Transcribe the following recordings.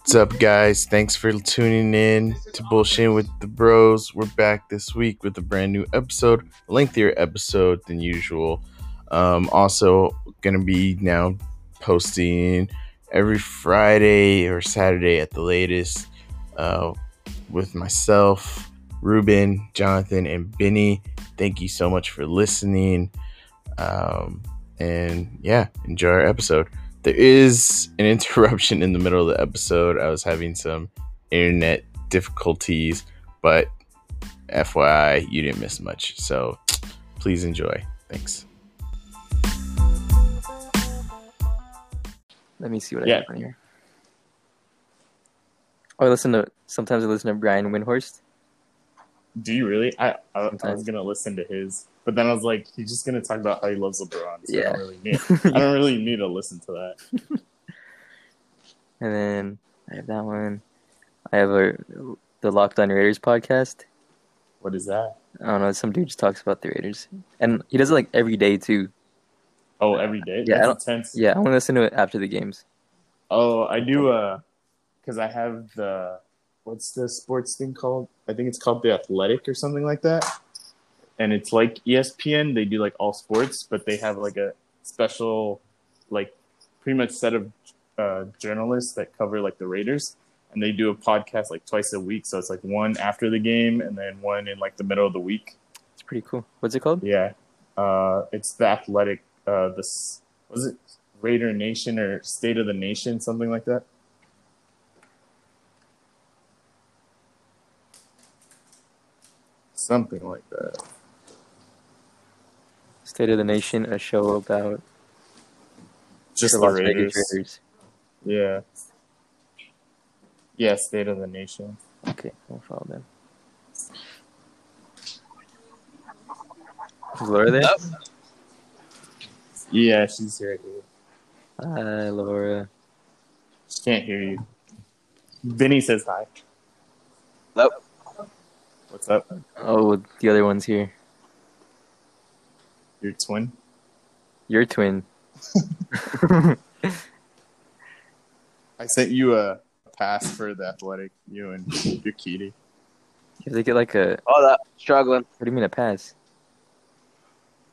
What's up, guys? Thanks for tuning in to Bullshit with the Bros. We're back this week with a brand new episode, lengthier episode than usual. Um, also, going to be now posting every Friday or Saturday at the latest uh, with myself, Ruben, Jonathan, and Benny. Thank you so much for listening. Um, and yeah, enjoy our episode there is an interruption in the middle of the episode. I was having some internet difficulties, but FYI, you didn't miss much. So please enjoy. Thanks. Let me see what I Yeah. have on here. Oh, I listen to sometimes I listen to Brian Windhorst. Do you really? I I, I Sometimes. was gonna listen to his, but then I was like, he's just gonna talk about how he loves LeBron. So I Yeah. don't really need. I don't really need to listen to that. And then I have that one. I have a the Locked On Raiders podcast. What is that? I don't know. Some dude just talks about the Raiders, and he does it like every day too. Oh, every day. Yeah, I That's intense. Yeah, I want to listen to it after the games. Oh, I do. Uh, because I have the what's the sports thing called? I think it's called the Athletic or something like that. And it's like E ESPN. They do like all sports, but they have like a special, like, pretty much set of uh, journalists that cover like the Raiders, and they do a podcast like twice a week. So it's like one after the game and then one in like the middle of the week. It's pretty cool. What's it called? Yeah, uh, it's the Athletic. Uh, this was it Raider Nation or State of the Nation, something like that. Something like that. State of the Nation, a show about Just the the Las Raiders. Vegas Raiders. Yeah. Yeah, State of the Nation. Okay, I'll follow them. Is Laura there? Yeah, she's here. Dude. Hi, Laura. She can't hear you. Vinny says hi. Hello. What's up? Oh, the other one's here. Your twin? Your twin. I sent you a pass for the athletic, you and your kitty. You have to get like a. Hold up. Struggling. What do you mean a pass?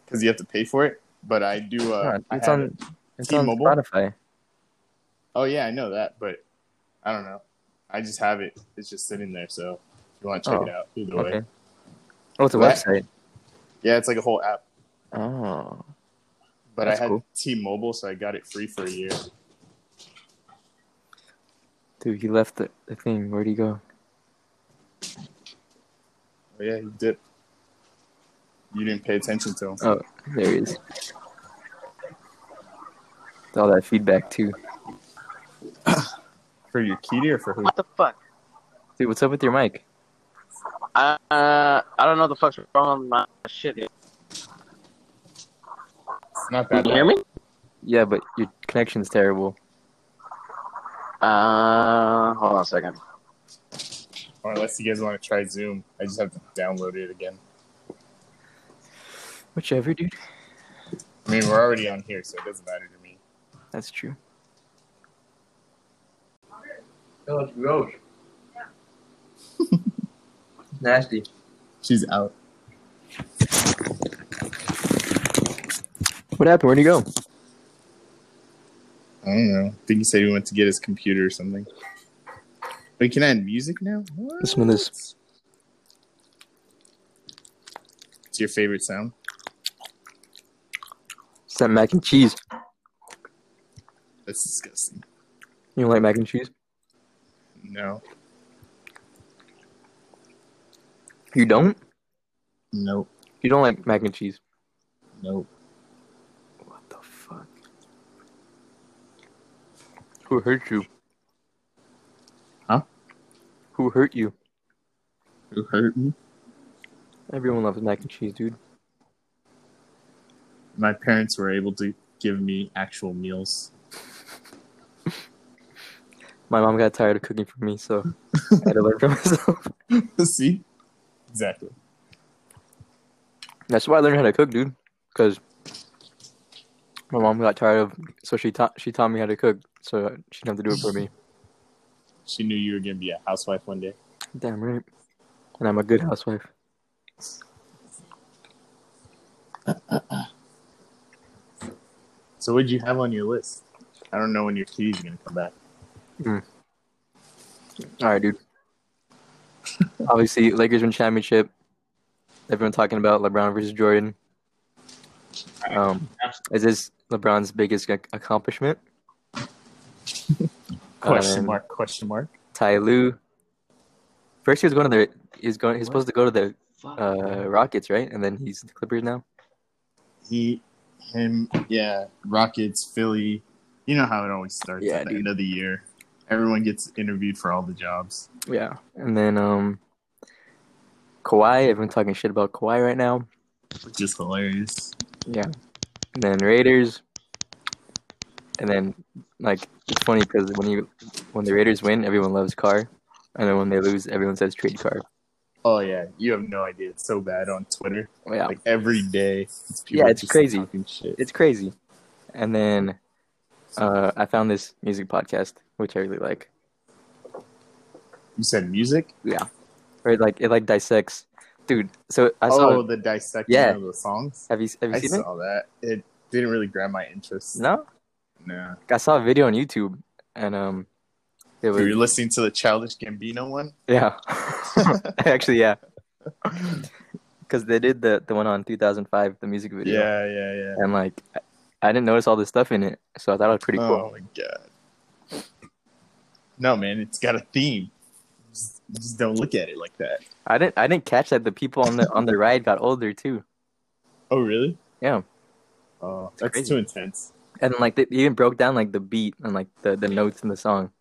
because you have to pay for it. But I do. Uh, No, I it's have on. it. It's on T-Mobile? Spotify. Oh yeah, I know that, but I don't know. I just have it. It's just sitting there. So if you want to check it out, either way. Okay. Oh, it's a What? website. Yeah, it's like a whole app. Oh, But That's I had cool. T-Mobile, so I got it free for a year. Oh, dude, he left the, the thing. Where'd he go? But yeah, you did. You didn't pay attention to him. Oh, there he is. With All that feedback too. For your kitty or for who? What the fuck? Dude, what's up with your mic? Uh, I don't know what the fuck's wrong with my shit. Can Not you hear me? Yeah, but your connection's terrible. Uh, hold on a second. Or unless you guys want to try Zoom, I just have to download it again. Whichever, dude. I mean, we're already on here, so it doesn't matter to me. That's true. Oh, it's gross. Nasty. She's out. What happened? Where'd he go? I don't know. I think he said he went to get his computer or something. Wait, can I add music now? What? Listen to this. It's your favorite sound? It's that mac and cheese. That's disgusting. You don't like mac and cheese? No. You don't? Nope. You don't like mac and cheese? Nope. What the fuck? Who hurt you? Huh? Who hurt you? Who hurt me? Everyone loves mac and cheese, dude. My parents were able to give me actual meals. My mom got tired of cooking for me, so I had to learn for myself. See? Exactly. That's why I learned how to cook, dude. Because my mom got tired of, so she taught she taught me how to cook, so she didn't have to do it for me. She knew you were gonna be a housewife one day. Damn right. And I'm a good housewife. So what'd you have on your list? I don't know when your kitty's gonna come back. All right, dude. Obviously, Lakers win championship. Everyone talking about LeBron versus Jordan. Um, is this LeBron's biggest ac- accomplishment? Question Um, mark? Question mark? Ty Lue. First, he was going to the. He's going. He's supposed to go to the uh, Rockets, right? And then he's the Clippers now. He, him, yeah. Rockets, Philly. You know how it always starts Yeah, at the dude. end of the year. Everyone gets interviewed for all the jobs. Yeah. And then um, Kawhi. Everyone talking shit about Kawhi right now. Which is hilarious. and then Raiders, and then like it's funny because when you when the Raiders win, everyone loves Carr, and then when they lose, everyone says trade Carr. Oh yeah, you have no idea. It's so bad on Twitter. Yeah, Like every day, it's Yeah, it's just crazy. talking shit. it's crazy. And then uh, I found this music podcast which I really like. You said music. Or it, like it like dissects, dude. So I saw. oh, the dissection Yeah. of the songs. have you have you I seen it? saw that. It didn't really grab my interest. No, No. I saw a video on YouTube, and um, it was Were you listening to the Childish Gambino one? Yeah. Actually, yeah. Because they did the, the one on 2005, the music video. Yeah, yeah, yeah. And, like, I- I didn't notice all this stuff in it, so I thought it was pretty Oh cool. my god. No, man, it's got a theme. Just, just don't look at it like that. I didn't I didn't catch that the people on the on the ride got older too, Oh, really? Yeah. Oh, that's crazy. too intense. and like they even broke down like the beat and like the, the notes in the song.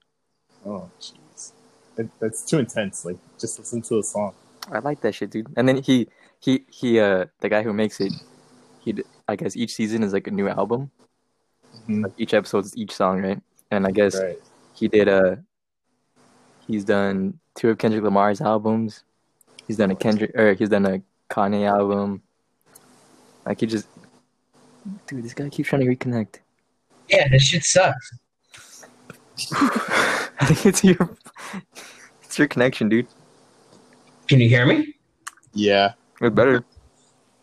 Oh, jeez. That, that's too intense. Like, just listen to the song. I like that shit, dude. And then he he he uh the guy who makes it, he d- I guess each season is like a new album. Mhm. Like each episode's each song, right? And I guess Right. he did uh he's done two of Kendrick Lamar's albums. He's done a Kendrick or he's done a Kanye album. Like he just dude, this guy keeps trying to reconnect. Yeah, that shit sucks. I think it's your it's your connection, dude. Can you hear me? Yeah. It's better.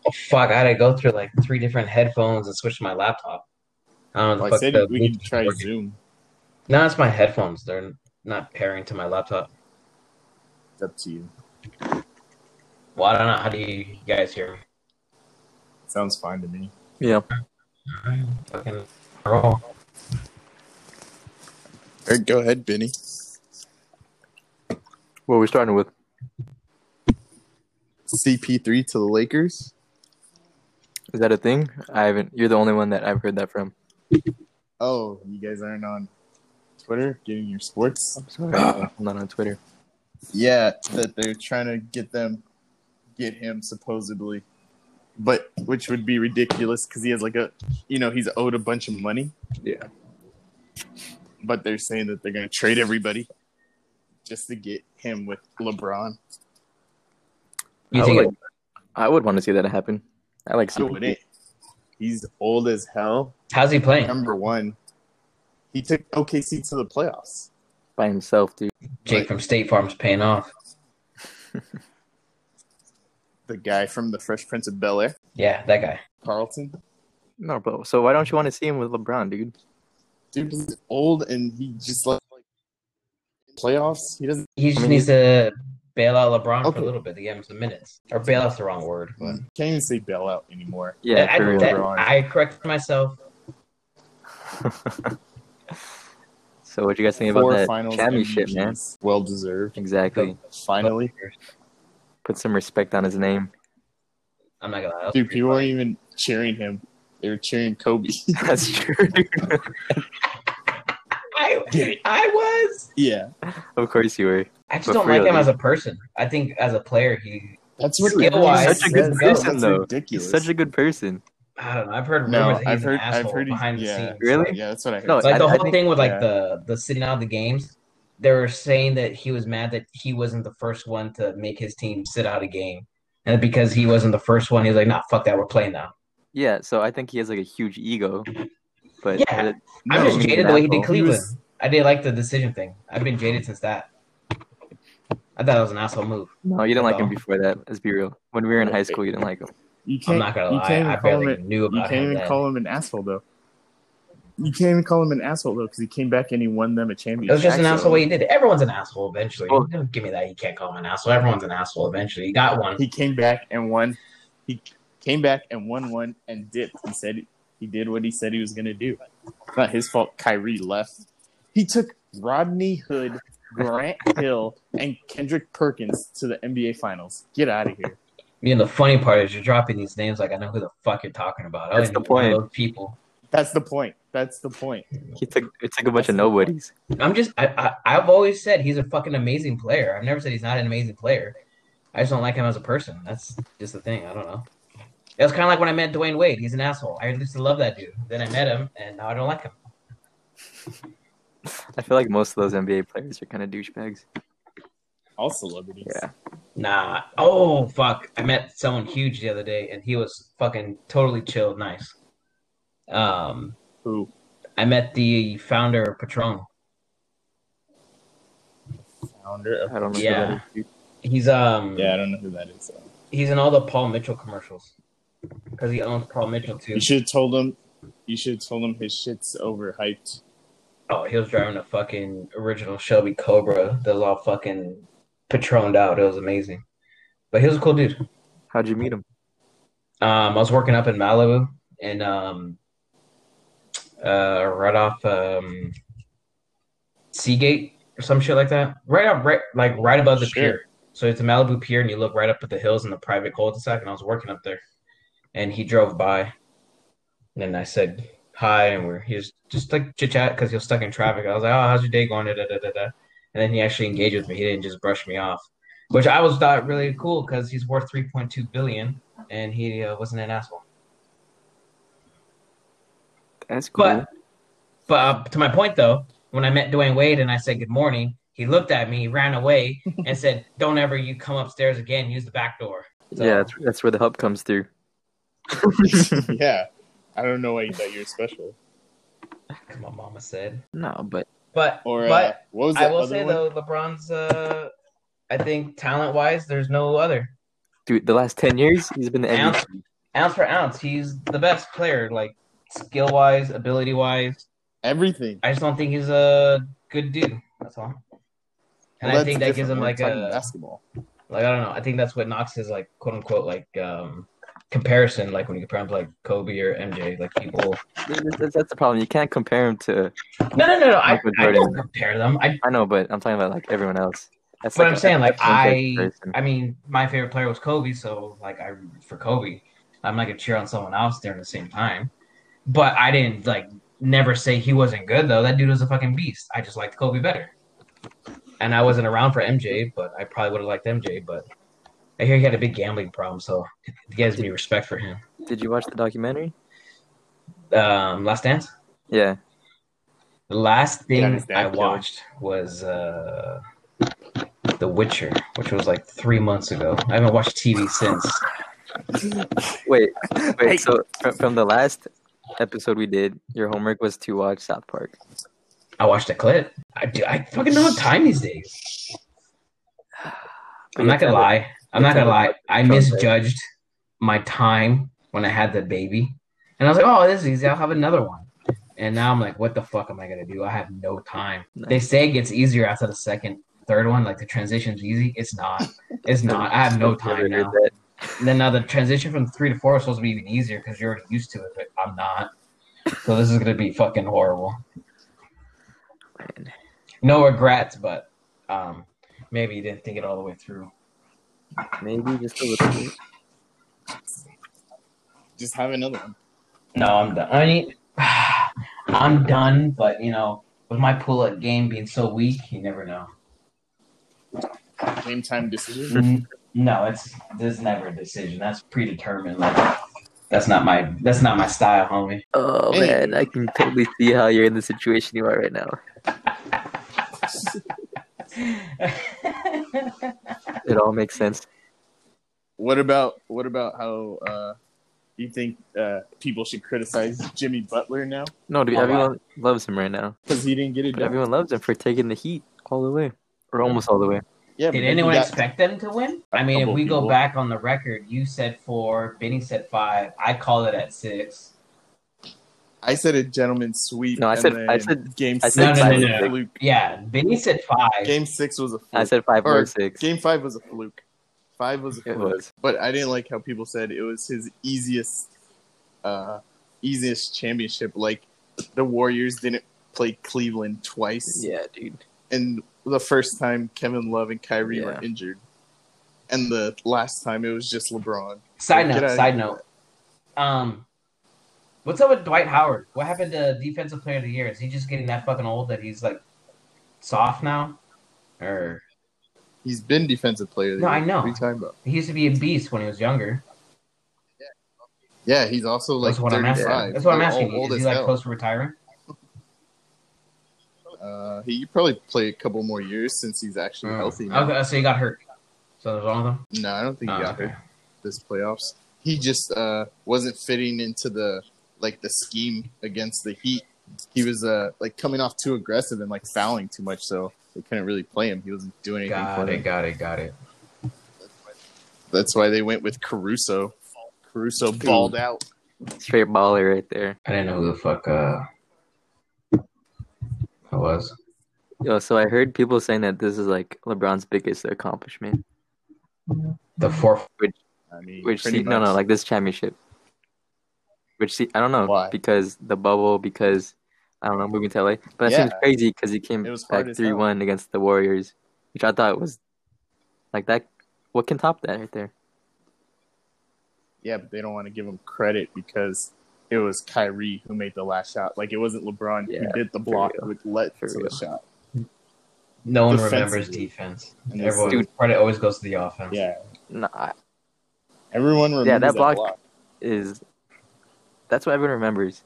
Oh, fuck, I gotta go through like three different headphones and switch to my laptop. I don't Well, know what I the said fuck the we can Bluetooth try is working. Zoom. No, it's my headphones. They're not pairing to my laptop. It's up to you. Well, I don't know. How do you guys hear me? Sounds fine to me. Yeah. Fucking roll. go ahead, Benny. Well we're starting with CP3 to the Lakers. is that a thing? I haven't you're the only one that I've heard that from. Oh, you guys aren't on Twitter getting your sports? I'm sorry. I'm not on Twitter. Yeah, that they're trying to get them, get him supposedly, but which would be ridiculous because he has like a, you know, he's owed a bunch of money. Yeah. But they're saying that they're gonna trade everybody just to get him with LeBron. You I think would, it- I would want to see that happen. I like I wouldn't. He's old as hell. how's he playing? Number one, he took OKC to the playoffs. by himself, dude. Jake from State Farm's paying off. The guy from the Fresh Prince of Bel Air, Yeah, that guy. Carlton. No, bro. So why don't you want to see him with LeBron, dude? dude is old and he just like playoffs. He doesn't He just I mean, needs to bail out LeBron for Okay. a little bit to get him some minutes. Or bail out's the wrong word, but can't even say bailout anymore. Yeah, I, for real, that- bro. I corrected myself. So what you guys think Four about that finals championship, MVPs. man? Well deserved. Exactly. Finally, Put some respect on his name. I'm not gonna lie. dude, people weren't even cheering him. They were cheering Kobe. That's true. dude. I, I was. yeah, of course you were. I just But don't like really- him as a person. I think as a player, he. that's what Skill-wise, everyone says, he's such a good though. person, That's though. ridiculous. He's such a good person. I don't know. I've heard rumors no, that he's I've an heard. asshole I've heard he's behind the yeah. scenes. Really? Yeah, that's what I heard. No, Like the Oh, I- I whole think- thing with like yeah. the the sitting out of the games, they were saying that he was mad that he wasn't the first one to make his team sit out a game, and because he wasn't the first one, he was like, "Nah, fuck that, we're playing now." Yeah. So I think he has like a huge ego. But Yeah. but- uh, no, I'm just he's jaded an the way he asshole. did He Cleveland. was- I didn't like the decision thing. I've been jaded since that. I thought it was an asshole move. No, you didn't like him No. before that. Let's be real. When we were in high school, you didn't like him. You I'm can't. not gonna you lie. can't even I call him barely an- knew You about can't him. even then. call him an asshole though. You can't even call him an asshole though because he came back and he won them a It championship. was just an Actually- asshole way he did it. Everyone's an asshole eventually. Well- Don't give me that. You can't call him an asshole. Everyone's an asshole eventually. He got one. He came back and won. He came back and won one and dipped. He said he did what he said he was going to do. It's not his fault. Kyrie left. He took Rodney Hood, Grant Hill, and Kendrick Perkins to the NBA Finals. Get out of here. You know, the funny part is you're dropping these names like I know who the fuck you're talking about. I That's don't the even know point. Those people. That's the point. That's the point. He took it took a bunch of nobodies. I'm just. I, I I've always said he's a fucking amazing player. I've never said he's not an amazing player. I just don't like him as a person. That's just the thing. I don't know. It was kind of like when I met Dwayne Wade. He's an asshole. I used to love that dude. Then I met him, and now I don't like him. I feel like most of those NBA players are kind of douchebags. All celebrities. Yeah. Nah. Oh fuck! I met someone huge the other day, and he was fucking totally chill, nice. Um, Who? I met the founder of Patron. Founder of. I don't know. who Yeah. that is. He's um. Yeah, I don't know who that is. He's in all the Paul Mitchell commercials because he owns Paul Mitchell too. You should have told him. You should have told him his shit's overhyped. Oh, he was driving a fucking original Shelby Cobra that was all fucking patroned out. It was amazing. But he was a cool dude. How'd you meet him? Um, I was working up in Malibu and um, uh, right off um, Seagate or some shit like that. Right up, right like right above the Sure. pier. So it's a Malibu pier, and you look right up at the hills and the private cul-de-sac. And I was working up there, and he drove by, and I said hi, and we're he was just like chit chat because he was stuck in traffic. I was like, oh, how's your day going? Da, da, da, da, da. And then he actually engaged with me. He didn't just brush me off, which I was thought really cool because he's worth three point two billion, and he uh, wasn't an asshole. That's cool. But, but uh, to my point though, when I met Dwayne Wade and I said good morning, he looked at me, he ran away, and said, "Don't ever you come upstairs again. Use the back door." So, yeah, that's, that's where the help comes through. yeah, I don't know why you thought you were special. that's what my mama said. No, but But Or uh, but what was that I will other say one? though, LeBron's, uh, I think talent wise, there's no other dude, the last ten years he's been the MVP. ounce ounce for ounce. He's the best player, like skill wise, ability wise. Everything. I just don't think he's a good dude. That's all. Well, And I that's think that gives different. him We're like talking a basketball. Like I don't know. I think that's what Knox is like, quote unquote, like um comparison. Like when you compare him to like Kobe or MJ, like people. That's, that's- that's the problem. You can't compare him to. No, no, no, no. I, Michael I don't Jordan. compare them. I, I know, but I'm talking about like everyone else. That's but like I'm a- saying like that's one big I. person. I mean, my favorite player was Kobe, so like I root for Kobe. I'm not gonna cheer on someone else during the same time. But I didn't like never say he wasn't good though. That dude was a fucking beast. I just liked Kobe better. And I wasn't around for MJ, but I probably would have liked MJ. But I hear he had a big gambling problem, so it gives me respect for him. Did you watch the documentary? Um, Last Dance. Yeah. The last Yeah, thing it's that I killer. watched was uh, The Witcher, which was like three months ago. I haven't watched TV since. Wait, wait. So from, from the last episode we did, your homework was to watch South Park. I watched a clip. I do. I fucking know time these days. I'm not gonna lie. I'm not gonna lie. I misjudged my time when I had the baby, and I was like, "Oh, this is easy. I'll have another one." And now I'm like, "What the fuck am I gonna do? I have no time." They say it gets easier after the second, third one. Like the transition's easy. It's not. It's not. I have no time Never heard now. that. And then now the transition from three to four is supposed to be even easier because you're already used to it, but I'm not. So this is gonna be fucking horrible. No regrets, but um, maybe you didn't think it all the way through. Maybe just a little bit. Just have another one. No, I'm done. I mean, I'm done. But you know, with my pull up game being so weak, you never know. Game time decision. N- no, it's there's never a decision. That's predetermined. Like that's not my that's not my style, homie. Oh Hey. man, I can totally see how you're in the situation you are right now. It all makes sense. What about what about how uh, You think uh, people should criticize Jimmy Butler now No, dude, Oh, wow. everyone loves him right now. because he didn't get it But done? everyone loves him for taking the heat all the way, or almost all the way. yeah, but Did then he anyone got- expect them to win? A I mean, if couple we go people. back on the record, you said four, Benny said five, I called it at six. I said a gentleman sweep. No, I and said- then I said- game I six. said No, no, was no, a no. fluke. Yeah, Benny said five. Game six was a fluke. I said five Or or six. game five was a fluke. Five was a It fluke. was. But I didn't like how people said it was his easiest, uh, easiest championship. Like the Warriors didn't play Cleveland twice, Yeah, dude. and the first time Kevin Love and Kyrie Yeah. were injured, and the last time it was just LeBron. Get Side note, outta side note. Um, what's up with Dwight Howard? What happened to Defensive Player of the Year? Is he just getting that fucking old that he's like soft now? Or He's been defensive player. of the No, year. I know. What are you talking about? he used to be a beast when he was younger. Yeah, he's also like That's what I'm asking. 35. That's what I'm They're asking. all old Is he as like hell. close to retiring? Uh, he could probably play a couple more years since he's actually healthy. Now. Oh, Okay, so he got hurt. So there's all of them. No, I don't think he Oh, got okay. hurt this playoffs. He just uh, wasn't fitting into the like the scheme against the Heat. He was uh, like coming off too aggressive and like fouling too much, so they couldn't really play him. He wasn't doing anything Got for it. them. Got it. Got it. That's why they went with Caruso. Caruso balled out. Straight baller right there. I didn't know who the fuck uh I was. Yo, so I heard people saying that this is like LeBron's biggest accomplishment. The fourth. I mean, Which pretty se- no, no, much. like this championship. Which see, I don't know Why? because the bubble, because I don't know, moving to LA. But that Yeah. seems crazy because he came It was hard back as hell. three one against the Warriors, which I thought was like that. What can top that right there? yeah, but they don't want to give him credit because it was Kyrie who made the last shot. Like it wasn't LeBron Yeah, who did the block real. which led For to the real. shot. No one Defensively. remembers defense. And this- Everyone Dude. credit always goes to the offense. Yeah, Nah, everyone remembers Yeah, that that block- block. is that's what everyone remembers.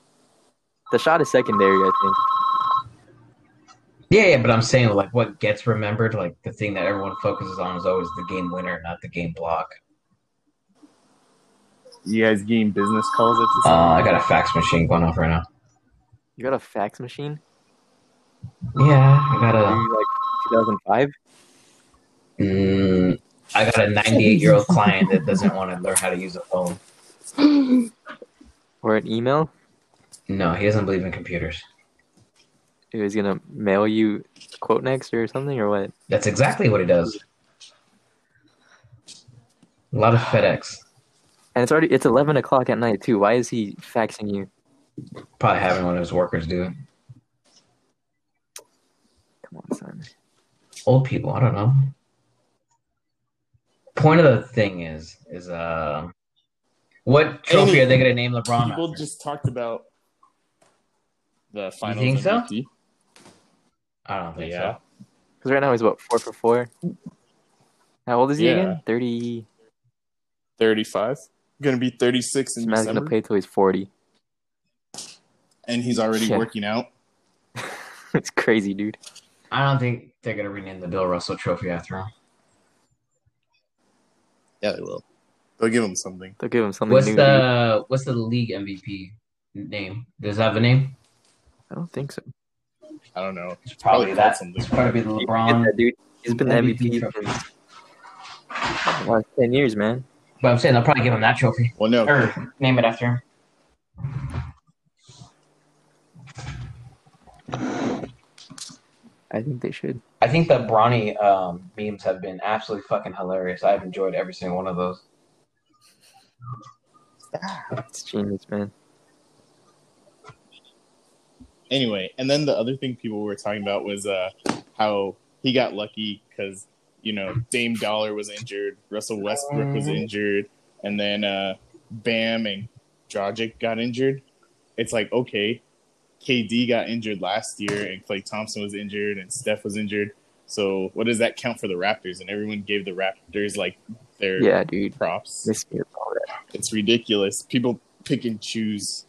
The shot is secondary, I think. Yeah, yeah, but I'm saying like what gets remembered, like the thing that everyone focuses on is always the game winner, not the game block. You guys getting business calls at this? Uh, I got a fax machine going off right now. You got a fax machine? Yeah, I got Are a you like 2005? mm, I got a 98 year old client that doesn't want to learn how to use a phone. Or an email? No, he doesn't believe in computers. He was gonna mail you a quote next or something or what? That's exactly what he does. A lot of FedEx. And it's already it's eleven o'clock at night too. Why is he faxing you? Probably having one of his workers do it. Come on, son. Old people, I don't know. Point of the thing is, is uh, what trophy are they gonna name LeBron? People after? just talked about the finals. think so? MVP. I don't think Yeah. so. Because right now he's what four for four. How old is he Yeah. again? Thirty. 35. Gonna be 36 in This man's December. gonna play till he's forty. And he's already Yeah. working out. it's crazy, dude. I don't think they're gonna rename the Bill Russell Trophy after him. Yeah, they will. They'll give him something. They'll give him something What's new. dude. the what's the league MVP name? Does that have a name? I don't think so. I don't know. It's probably that. It's probably the You LeBron. can get that, dude. He's been the MVP MVP trophy. for like ten years, man. But I'm saying they'll probably give him that trophy Well, no. or name it after him. I think they should. I think the Bronny um, memes have been absolutely fucking hilarious. I've enjoyed every single one of those. It's genius, man. Anyway, and then the other thing people were talking about was uh, how he got lucky because, you know, Dame Dollar was injured, Russell Westbrook was Mm-hmm. Mhm. injured, and then uh, Bam and Dragic got injured. It's like, okay, KD got injured last year, and Clay Thompson was injured, and Steph was injured. So what does that count for the Raptors? And everyone gave the Raptors like their Yeah, dude. props. They skipped all that. It's ridiculous. People pick and choose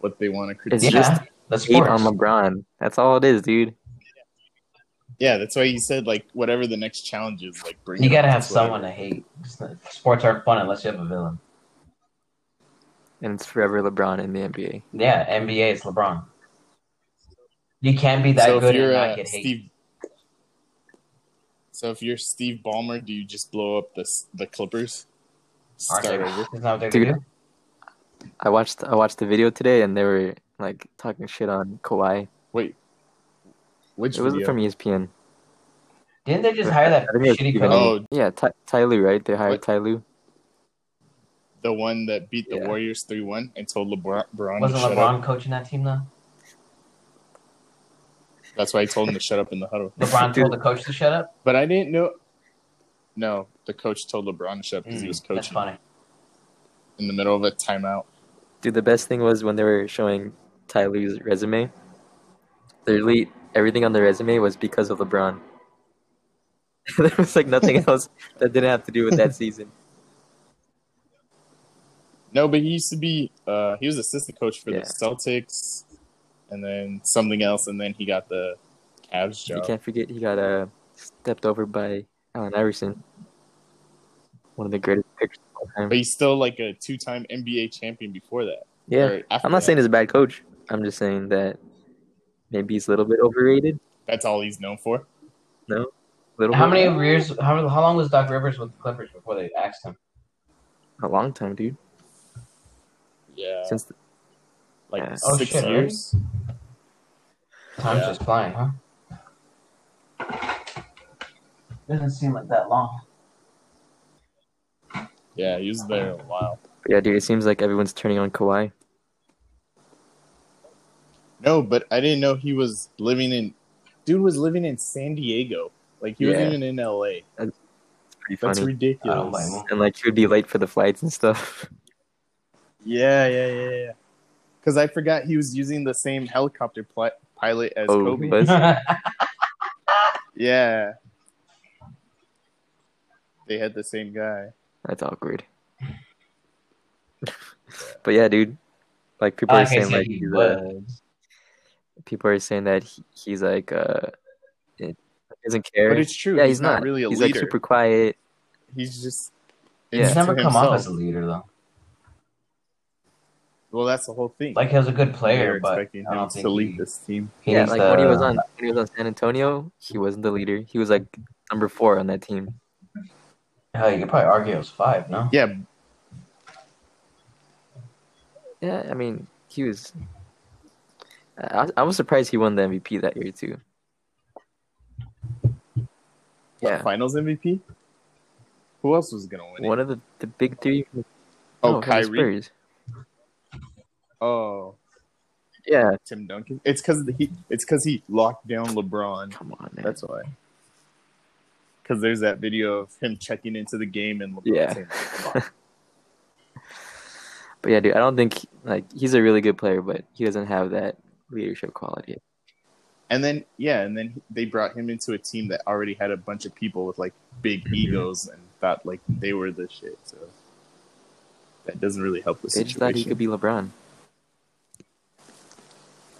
what they want to It's criticize. yeah, Yeah. just that's Hate on sports. LeBron. That's all it is, dude. that's why he said like whatever the next challenge is, like bring. You it gotta on, have it's whatever. someone to hate. It's not- Sports aren't fun unless you have a villain. and it's forever LeBron in the NBA. Yeah, NBA is LeBron. You can't be that so if good and you're not uh, get hate. Steve, so if you're Steve Ballmer, do you just blow up the s- the Clippers? Start Aren't they- over. Isn't that what they Dude. do? I watched I watched the video today, and they were like talking shit on Kawhi. Which It was video? from E ESPN. Didn't they just hire that I think it's shitty Steve coach? Ballmer. Oh, Yeah, Ty, Ty Lue, right? They hired What? Ty Lue. the one that beat the Yeah. Warriors three one and told LeBron, LeBron to Wasn't Oh, shut up. LeBron coaching that team though? That's why I told him to shut up in the huddle. LeBron told the coach to shut up. But I didn't know. No, the coach told LeBron to shut up because he Mm, was That's coaching funny. in the middle of a timeout. Dude, the best thing was when they were showing Ty Lue's resume. Literally, everything on the resume was because of LeBron. there was like nothing else that didn't have to do with that season. No, but he used to be. Uh, he was assistant coach for Yeah. the Celtics, and then something else, and then he got the Cavs You job. can't forget he got uh, stepped over by Allen Iverson, one of the greatest pictures of all time. But he's still like a two-time NBA champion before that. Yeah, Or after I'm not that. saying he's a bad coach. I'm just saying that maybe he's a little bit overrated. that's all he's known for. a little How bit- many years? How, how long was Doc Rivers with the Clippers before they axed him? A long time, dude. Yeah, Since the, like yeah. six Oh, shit, really? years. Time's Yeah. just flying, huh? Doesn't seem like that long. Yeah, he was there a while. but yeah, dude. It seems like everyone's turning on Kawhi. No, but I didn't know he was living in. Dude was living in San Diego. Like he Yeah. wasn't even in L.A. It's pretty That's funny. Oh, I don't blame him. ridiculous. and like he would be late for the flights and stuff. Yeah, yeah, yeah, yeah. Because I forgot he was using the same helicopter pli- pilot as Oh, Kobe. but- Yeah. They had the same guy. That's awkward. but yeah, dude. Like people I are like how you saying, said like he he's, was. uh, people are saying that he, he's like uh, it, doesn't care. But it's true. yeah, he's, not, really a he's like leader. super quiet. He's just. Yeah. it's He's to never come off himself. as a leader though. Well, that's the whole thing. Like he was a good They player, were but expecting I him don't think to lead he- this team. he yeah, needs like to- when he was on when he was on San Antonio, he wasn't the leader. He was like number four on that team. Hell, you could probably argue it was five. No, Yeah, Yeah, I mean he was. I, I was surprised he won the MVP that year too. Yeah, Finals MVP. Who else was gonna win? it? one of the, the big three. Oh, no, from the Kyrie. Spurs. Oh, Yeah, Tim Duncan. It's because he. It's because he locked down LeBron. come on, man. That's why. Because there's that video of him checking into the game and LeBron Yeah. saying, "Come on." But yeah, dude, I don't think like he's a really good player, but he doesn't have that leadership quality. and then yeah, and then they brought him into a team that already had a bunch of people with like big egos and thought like they were the shit. So that doesn't really help the They just thought he situation. could be LeBron.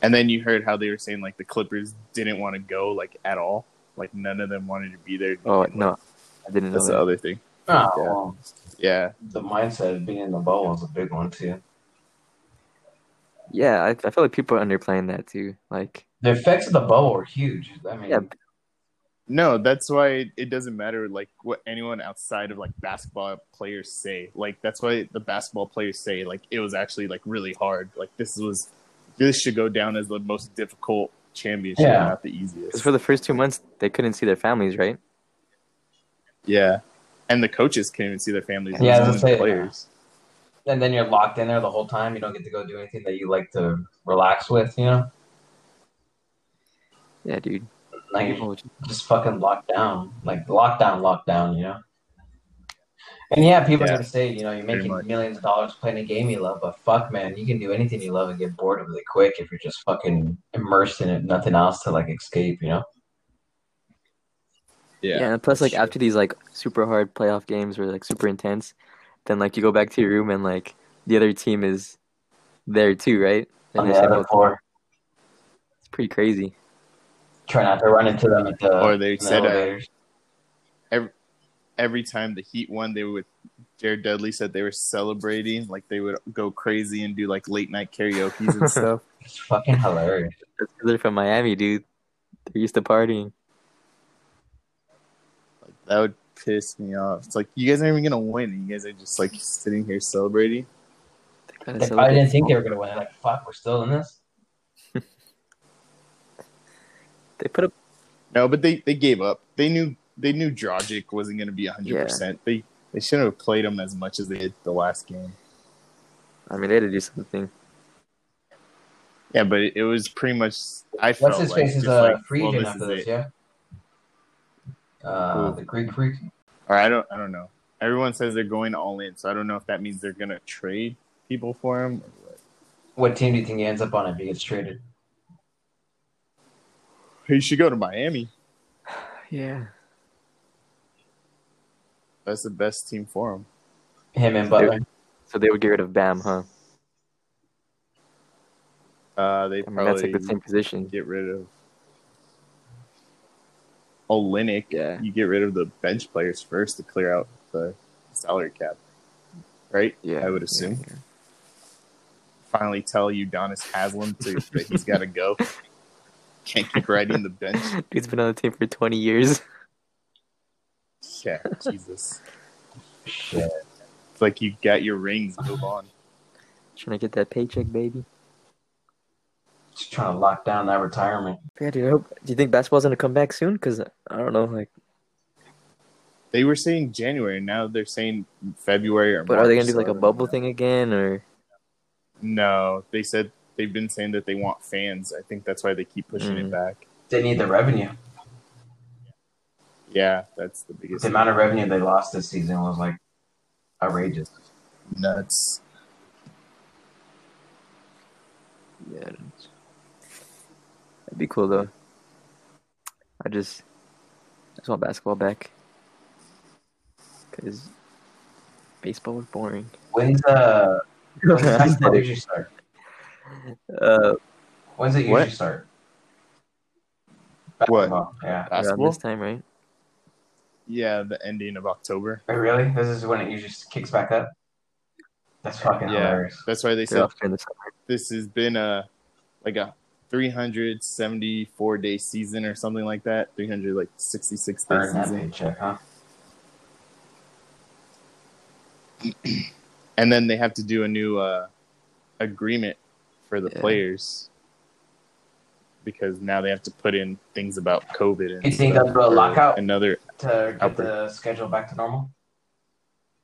and then you heard how they were saying like the Clippers didn't want to go like at all. Like none of them wanted to be there. Oh And, like, no, I didn't know that's the that. other thing. Oh, Yeah. well, Yeah, the mindset of being in the bubble is a big one too. Yeah, I, I feel like people are underplaying that too. Like, The effects of the bubble were huge. I mean, yeah, no, that's why it, it doesn't matter like what anyone outside of like basketball players say. Like that's why the basketball players say like it was actually like really hard. Like this was this should go down as the most difficult championship, Yeah. not the because easiest. for the first two months they couldn't see their families, right? yeah, and the coaches couldn't even see their families. Yeah, I Yeah, was gonna the say- players. and then you're locked in there the whole time. You don't get to go do anything that you like to relax with. You know, Yeah, dude. like you're Oh, j- just fucking locked down, like lockdown, lockdown. You know. And yeah, people Yeah. are gonna say, you know, you're Pretty making much. millions of dollars playing a game you love, but fuck, man, you can do anything you love and get bored of it quick if you're just fucking immersed in it, nothing else to like escape, you know. yeah, and plus, like after these like super hard playoff games were like super intense, then like you go back to your room and like the other team is there too, right? On And the they say, other "Oh, floor, it's pretty crazy. try not to run into them at the Or they uh, in the said, uh, elevators. every time the Heat won, they would Jared Dudley said they were celebrating, like they would go crazy and do like late night karaoke's and stuff. It's fucking hilarious. That's 'cause they're from Miami, dude. They're used to partying. Like that would piss me off. It's like you guys aren't even gonna win. You guys are just like sitting here celebrating. They gotta They probably celebrate. didn't think they were gonna win. They're Like, fuck, we're still in this. They put up. No, but they they gave up. They knew they knew Drogic wasn't gonna be hundred percent. They they shouldn't have played him as much as they did the last game. I mean, they had to do something. Yeah, but it, it was pretty much. I felt What's his uh, like, face is just a like, free well, agent this after is this, it. yeah. Uh, Who? the Greek freak. Or I don't I don't know. Everyone says they're going all in, so I don't know if that means they're gonna trade people for him. Or what. What team do you think he ends up on if he gets traded? He should go to Miami. Yeah. That's the best team for him. Him and Butler. So they would get rid of Bam, huh? Uh, they I mean, that's probably like the same position. get rid of Olenek. Yeah. Oh, You get rid of the bench players first to clear out the salary cap, right? Yeah. I would assume. Finally, tell Udonis Haslam to, that he's got to go. Can't keep riding the bench. Dude's been on the team for 20 years. Yeah, Jesus. Shit. It's like you got your rings, move on. Trying to get that paycheck, baby. Just trying to lock down that retirement. Yeah, dude. I hope, do you think basketball's gonna come back soon? Cause I don't know, like, They were saying January, and now they're saying February or but are they gonna March, do like so I a don't bubble know. thing again, or No, they said they've been saying that they want fans. I think that's why they keep pushing Mm. it back. They need the revenue. Yeah, that's the biggest The amount of revenue they lost this season was like outrageous. nuts. yeah, I don't- that'd be cool though. I just, I just want basketball back. Cause baseball was boring. When's uh when's the basketball uh, usually start? Uh, When's it usually What? start? What? Basketball, Yeah. around Basketball? this time, right? Yeah, the ending of October. Wait, really? This is when it usually kicks back up? That's fucking Yeah. hilarious. That's why they They're said off during the summer. this has been a like a 374 day season or something like that. 366 day Earn that season. paycheck, huh? And then they have to do a new uh, agreement for the Yeah. players because now they have to put in things about COVID and You think stuff they'll do a for lockout? Another to get Outbreak. the schedule back to normal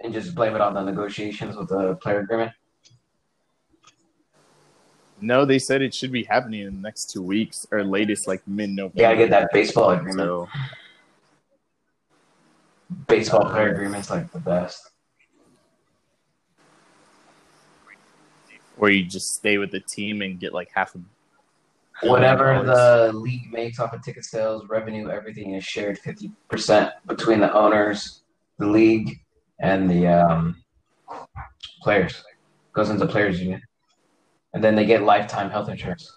and just blame it on the negotiations with the player agreement. No, they said it should be happening in the next two weeks or latest like mid November. You gotta get that baseball agreement. So, Baseball Uh-huh. player agreement's like the best. where you just stay with the team and get like half of Whatever the league makes off of ticket sales, revenue, everything is shared 50% between the owners, the league, and the um, players. Goes into players' union. And then they get lifetime health insurance.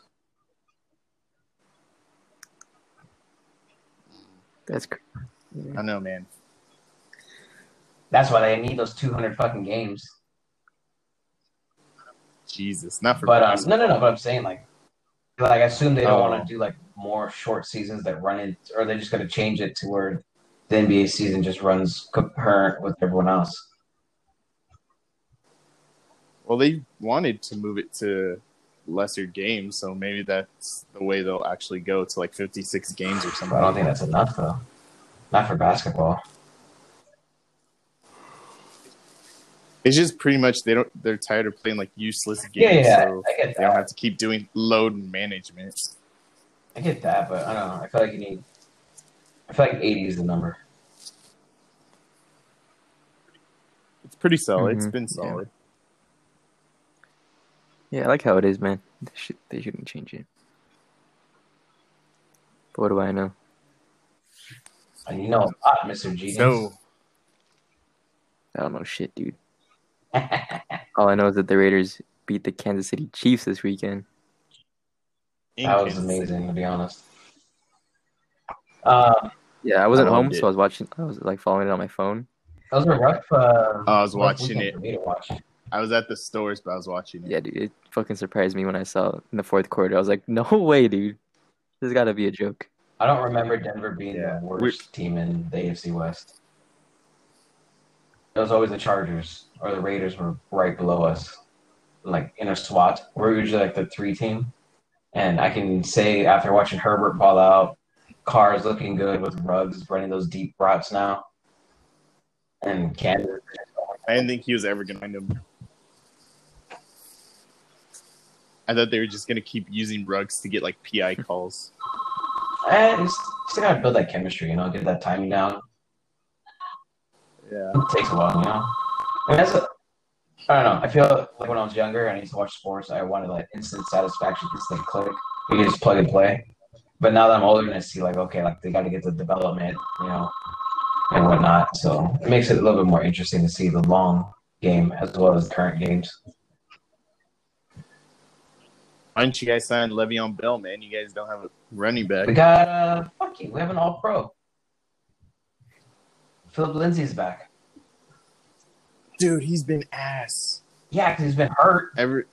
That's cr- I don't know, man. That's why they need those 200 fucking games. Jesus, not for But um, basketball. no, no, no. But I'm saying like, like I assume they don't Oh. want to do like more short seasons that run in, or they're just gonna change it to where the NBA season just runs concurrent with everyone else. Well, they wanted to move it to lesser games, so maybe that's the way they'll actually go to like 56 games or But I don't something. think that's enough though. Not for basketball. It's just pretty much they don't they're tired of playing like useless games, Yeah, yeah, yeah, so I get they don't that. have to keep doing load management. I get that, but I don't know. I feel like you need. I feel like 80 is the number. It's pretty solid. It's Mhm. been Yeah. solid. yeah, I like how it is, man. They should they shouldn't change it. But what do I know? And you know a lot, Mr. Genius. So I don't know shit, dude. All I know is that the Raiders beat the Kansas City Chiefs this weekend. that was amazing, to be honest. Um, Yeah, I wasn't I home, loved it. so I was watching. I was like following it on my phone. That was a rough. Uh, I was rough watching weekend it. for me to watch. I was at the stores, but I was watching it. Yeah, dude, it fucking surprised me when I saw it in the fourth quarter. I was like, no way, dude. This has got to be a joke. I don't remember Denver being Yeah. the worst team in the AFC West. It was always the Chargers or the Raiders were right below us, like in a SWAT. We're usually like the three team. And I can say after watching Herbert ball out, Carr is looking good with Rugs running those deep routes now. And Kansas, I didn't think he was ever going to find him. I thought they were just going to keep using rugs to get like PI calls. eh, you s- still gotta build that chemistry, you know, get that timing down. Yeah. It takes a while, you know. And that's a, I don't know. I feel like when I was younger and I used to watch sports, I wanted like instant satisfaction, instant click. You can just plug and play. But now that I'm older and I see like, okay, like they got to get the development, you know, and whatnot. So it makes it a little bit more interesting to see the long game as well as current games. Why don't you guys sign Le'Veon Bell, man? You guys don't have a running We back. got uh, fuck you. We have an All Pro. Philip Lindsay's back. Dude, he's been ass. Yeah, because he's been hurt. Ever.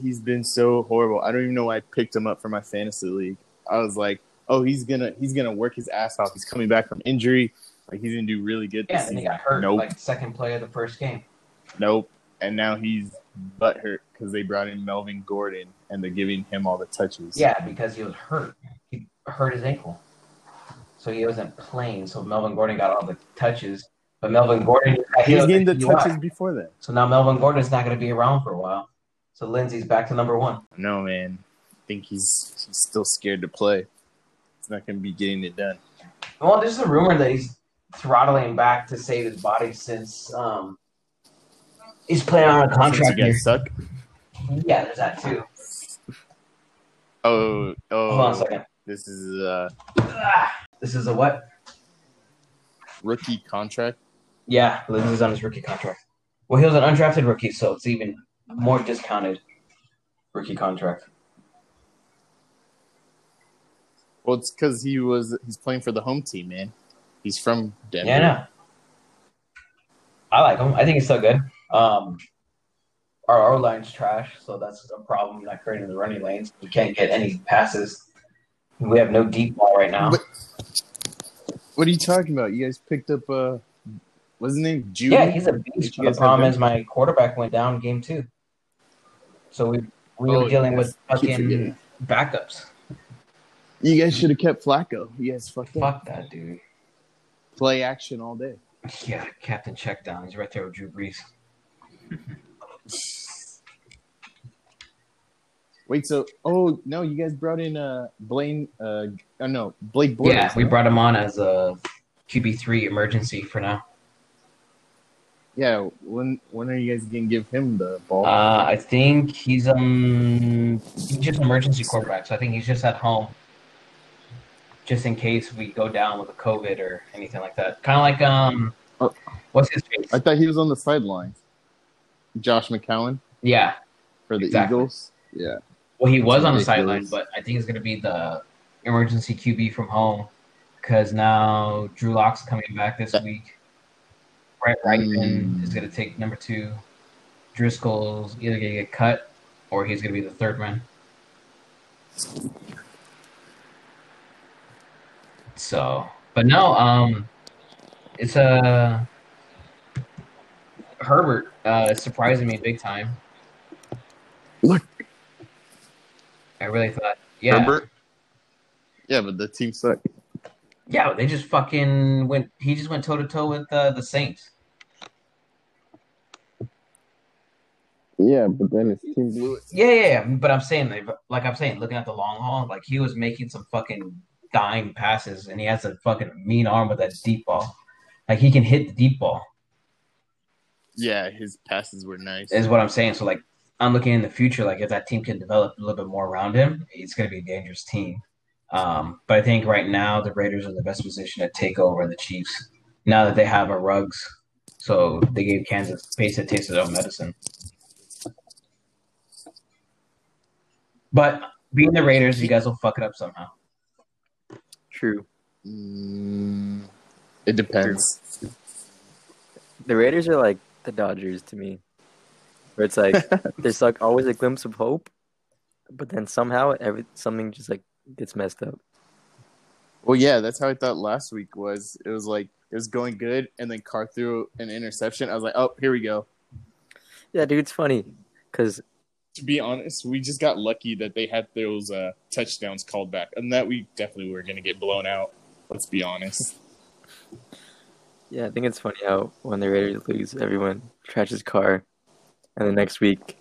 He's been so horrible. I don't even know why I picked him up for my fantasy league. I was like, oh, he's gonna he's gonna work his ass off. He's coming back from injury. Like he's gonna do really good this Yeah, and he season. got hurt Nope. like second play of the first game. Nope. And now he's butthurt because they brought in Melvin Gordon and they're giving him all the touches. Yeah, because he was hurt. He hurt his ankle. So he wasn't playing. So Melvin Gordon got all the touches. But Melvin Gordon He was getting the DUI. touches before that. So now Melvin Gordon's not going to be around for a while. So Lindsey's back to number one. No, man. I think he's, he's still scared to play. He's not going to be getting it done. Well, there's a rumor that he's throttling back to save his body since um, he's playing on a Since contract you year. guys suck. Yeah, there's that too. Oh, Hold on a oh. second. This is a Ah, This is a what? rookie contract. Yeah, Lindsey's on his rookie contract. Well, he was an undrafted rookie, so it's even more discounted rookie contract. Well, it's because he was he's playing for the home team, man. He's from Denver. Yeah, I know. I like him. I think he's still good. Um, our our line's trash, so that's a problem. Not creating the running lanes, we can't get any passes. We have no deep ball right now. But- What are you talking about? You guys picked up uh, what's his name? Judy. yeah, he's a You guys beast. But the have problem him? is my quarterback went down game two, so we we Oh, were dealing with I keep forgetting. fucking backups. You guys should have kept Flacco. You guys fucked up. Fuck that dude. Play action all day. Yeah, Captain Check down. He's right there with Drew Brees. Wait, so oh no, you guys brought in uh Blaine uh oh, no Blake Bortles. yeah, we right? brought him on as a QB three emergency for now. Yeah, when when are you guys gonna give him the ball? Uh, I think he's um he's just emergency quarterback, so I think he's just at home, just in case we go down with a COVID or anything like that. Kind of like um, Oh. what's his face? I thought he was on the sideline. Josh McCowan Yeah, for the Exactly. Eagles. Yeah, well, he was on the Ridiculous. sideline, but I think he's gonna be the emergency QB from home because now Drew Locke's coming back this week. Brett Reitman Mm. is gonna take number two. Driscoll's either gonna get cut or he's gonna be the third man. So, but no, um, it's uh, Herbert uh, is surprising me big time. Look. I really thought, yeah, Herbert? yeah, but the team sucked. yeah, they just fucking went. He just went toe to toe with uh, the Saints. Yeah, but then his team blew it. Yeah, yeah, yeah. But I'm saying, like, like I'm saying, looking at the long haul, like he was making some fucking dime passes, and he has a fucking mean arm with that deep ball. Like he can hit the deep ball, Yeah, his passes were nice. is what I'm saying. So like, I'm looking in the future, like if that team can develop a little bit more around him, it's gonna be a dangerous team. Um, but I think right now the Raiders are in the best position to take over the Chiefs now that they have a rugs. So they gave Kansas space to taste their own medicine. But being the Raiders, you guys will fuck it up somehow. True. Mm, it depends. The Raiders are like the Dodgers to me, where it's like there's like always a glimpse of hope, but then somehow every something just like gets messed up. Well, yeah, that's how I thought last week was. It was like it was going good, and then Carr threw an interception. I was like, oh, here we go. Yeah, dude, it's funny because To be honest, we just got lucky that they had those uh, touchdowns called back, and that we definitely were going to get blown out. Let's be honest. yeah, I think it's funny how when the Raiders lose, everyone trashes Carr, and the next week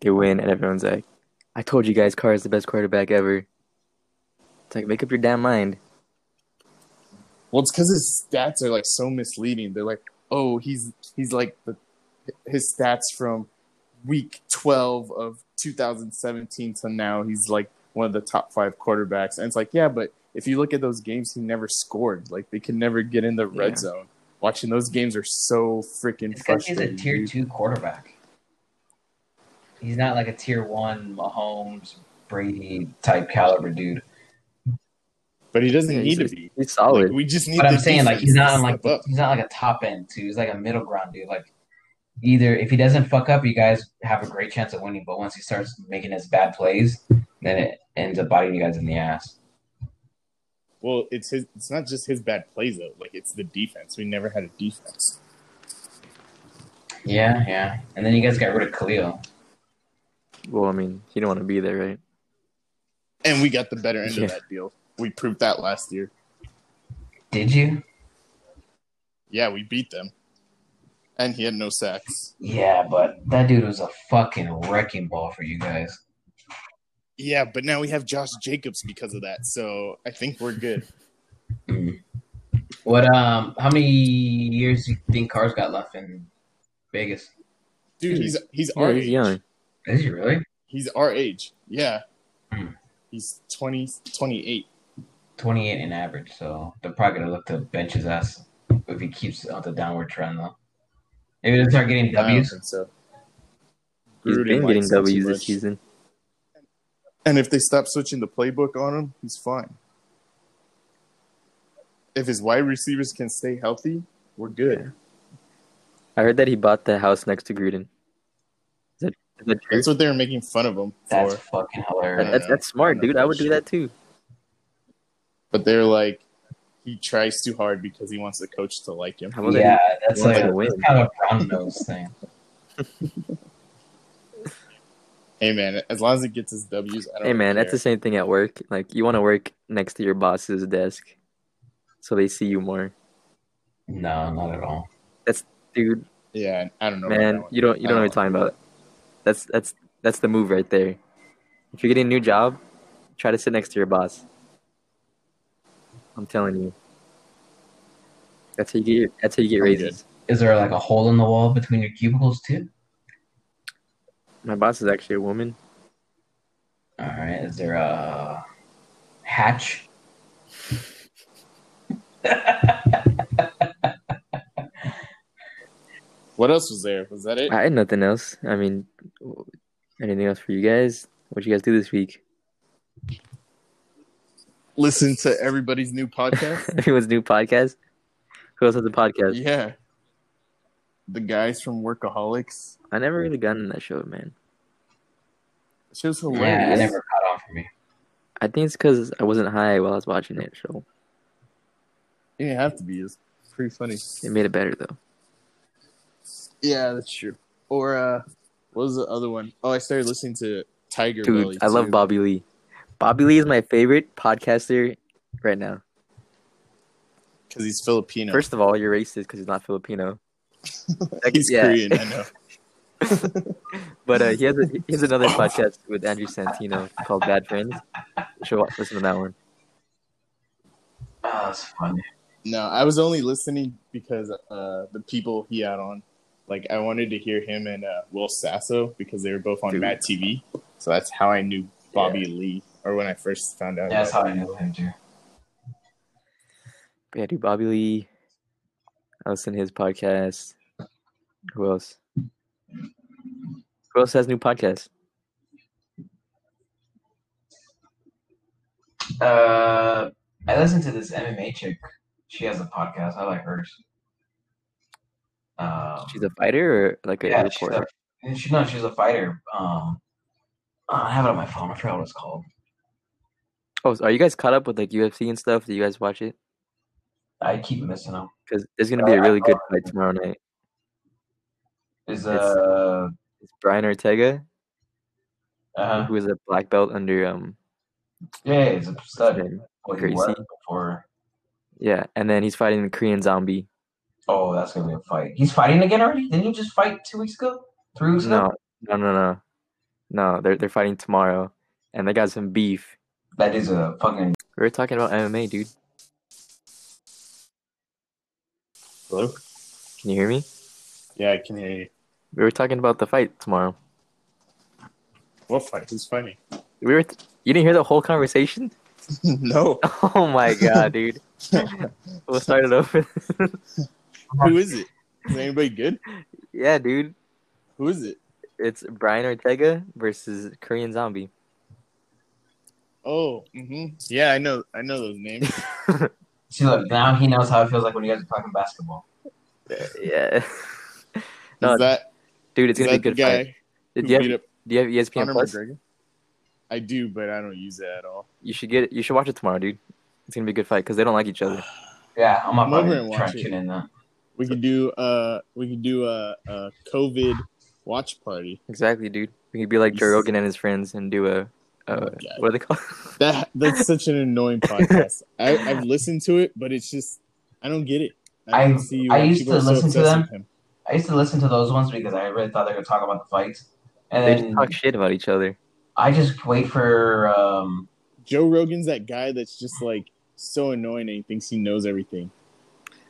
they win, and everyone's like, "I told you guys, Carr is the best quarterback ever." It's like make up your damn mind. Well, it's because his stats are like so misleading. They're like, oh, he's he's like the, his stats from week twelve of 2017 to now. He's like one of the top five quarterbacks, and it's like, yeah, but if you look at those games, he never scored. Like they can never get in the red Yeah. zone. Watching those games are so freaking This guy is a frustrating. tier dude. two quarterback. He's not like a tier one Mahomes, Brady type caliber dude. But he doesn't Yeah, need he's, to be. he's Like, solid. we just need. But I'm the saying like defense he's to not on step like the, up. he's not like a top end too. He's like a middle ground dude. Like either if he doesn't fuck up, you guys have a great chance of winning. But once he starts making his bad plays, then it ends up biting you guys in the ass. Well, it's his. It's not just his bad plays though. Like it's the defense. We never had a defense. Yeah, yeah. And then you guys got rid of Khalil. well, I mean, he didn't want to be there, right? and we got the better end Yeah. of that deal. We proved that last year. Did you? Yeah, we beat them, and he had no sacks. Yeah, but that dude was a fucking wrecking ball for you guys. Yeah, but now we have Josh Jacobs because of that, so I think we're good. What um? How many years do you think Carr's got left in Vegas? Dude, he's he's Yeah, our he's age. young. Is he really? He's our age. Yeah, Hmm. he's 20, 28. Twenty eight in average, so they're probably gonna look to bench his ass if he keeps on the downward trend though. Maybe they'll start getting I don't W's. think so. He's Gruden been getting likes him too W's much. this season. And if they stop switching the playbook on him, he's fine. If his wide receivers can stay healthy, we're good. I heard that he bought the house next to Gruden. Is that, is that true? That's what they were making fun of him for. That's fucking hilarious. That- that's, that's smart, dude. I would do that too. but they're like he tries too hard because he wants the coach to like him. How about yeah, that? that's Well, like they a, win. that's kind of a brown nose thing. Hey man, as long as he gets his W's, I don't Hey, man, that's care. the same thing at work. Like, you want to work next to your boss's desk so they see you more. No, not at all. Dude, yeah. I don't know. about that man, one. you don't you I don't know what don't you're talking about. That's that's that's the move right there. If you're getting a new job, try to sit next to your boss. I'm telling you. That's how you get your, that's how you get I'm good. raises. Is there like a hole in the wall between your cubicles too? My boss is actually a woman. All right. Is there a hatch? What else was there? Was that it? I had nothing else. I mean, w- anything else for you guys? What you guys do this week? Listen to everybody's new podcast. Everyone's new podcast. Who else has a podcast? yeah, the guys from Workaholics. I never really got in that show, man. She was Yeah, I hilarious. never caught on for me. I think it's because I wasn't high while I was watching it, so You didn't have to be. It's pretty funny. it made it better though. Yeah, that's true. Or uh, what was the other one? Oh, I started listening to Tiger Dude, Belly. I love too. Bobby Lee. Bobby Lee is my favorite podcaster right now. because he's Filipino. First of all, you're racist because he's not Filipino. Second- he's yeah, Korean. I know. But uh, he has a, he has another podcast with Andrew Santino called Bad Friends. You should wa- listen to that one. Oh, that's funny. No, I was only listening because uh, the people he had on, like I wanted to hear him and uh, Will Sasso because they were both on Dude. Matt TV. So that's how I knew Bobby Lee, or when I first found out. Yeah, that's about how I knew him too. But yeah, dude, Bobby Lee. I listen to his podcast. Who else? Who else has new podcasts? Uh, I listened to this MMA chick. She has a podcast. I like hers. Um, She's a fighter or like an yeah, she's airport? a, and she, no, she's a fighter. Um, oh, I have it on my phone. I forgot what it's called. Oh, so are you guys caught up with like UFC and stuff? Do you guys watch it? I keep missing them. Because there's gonna be Uh, a I really good follow fight tomorrow night. Is It's- uh, It's Brian Ortega, uh who is a black belt under um yeah, it's a what's stud. his name? What he Gracie? was before. yeah, and then he's fighting the Korean Zombie. Oh, that's gonna be a fight. He's fighting again already. Didn't he just fight two weeks ago? Three weeks ago. No, no, no, no, no. They're they're fighting tomorrow, and they got some beef. That is a fucking. We were talking about MMA, dude. Hello? Can you hear me? Yeah, I can hear you. We were talking about the fight tomorrow. What fight? Who's funny? We were. Th- you didn't hear the whole conversation? no. Oh my god, dude. we'll start it over. Who is it? Is anybody good? yeah, dude. Who is it? It's Brian Ortega versus Korean Zombie. Oh, mm-hmm. yeah, I know, I know those names. See, look now he knows how it feels like when you guys are talking basketball. Yeah. No, is that, dude, it's is gonna be a that the good guy fight. Do who you, have, beat up do you have E ESPN Conor Plus? McGregor? I do, but I don't use that at all. You should get. it. You should watch it tomorrow, dude. It's gonna be a good fight because they don't like each other. Yeah, I'm not Come over probably and trying watch to it. tune in that. We could do, uh, we could do a, a COVID watch party. Exactly, dude. We could be like Joe Yes. Rogan and his friends and do a. Oh, Uh, God. what are they called? That that's such an annoying podcast. I, I've listened to it, but it's just I don't get it. I- don't see I why used people to are so listen to obsessed with him. I used to listen to those ones because I really thought they were talking about the fights, and they just then talk shit about each other. I just wait for um. Joe Rogan's that guy that's just like so annoying and he thinks he knows everything.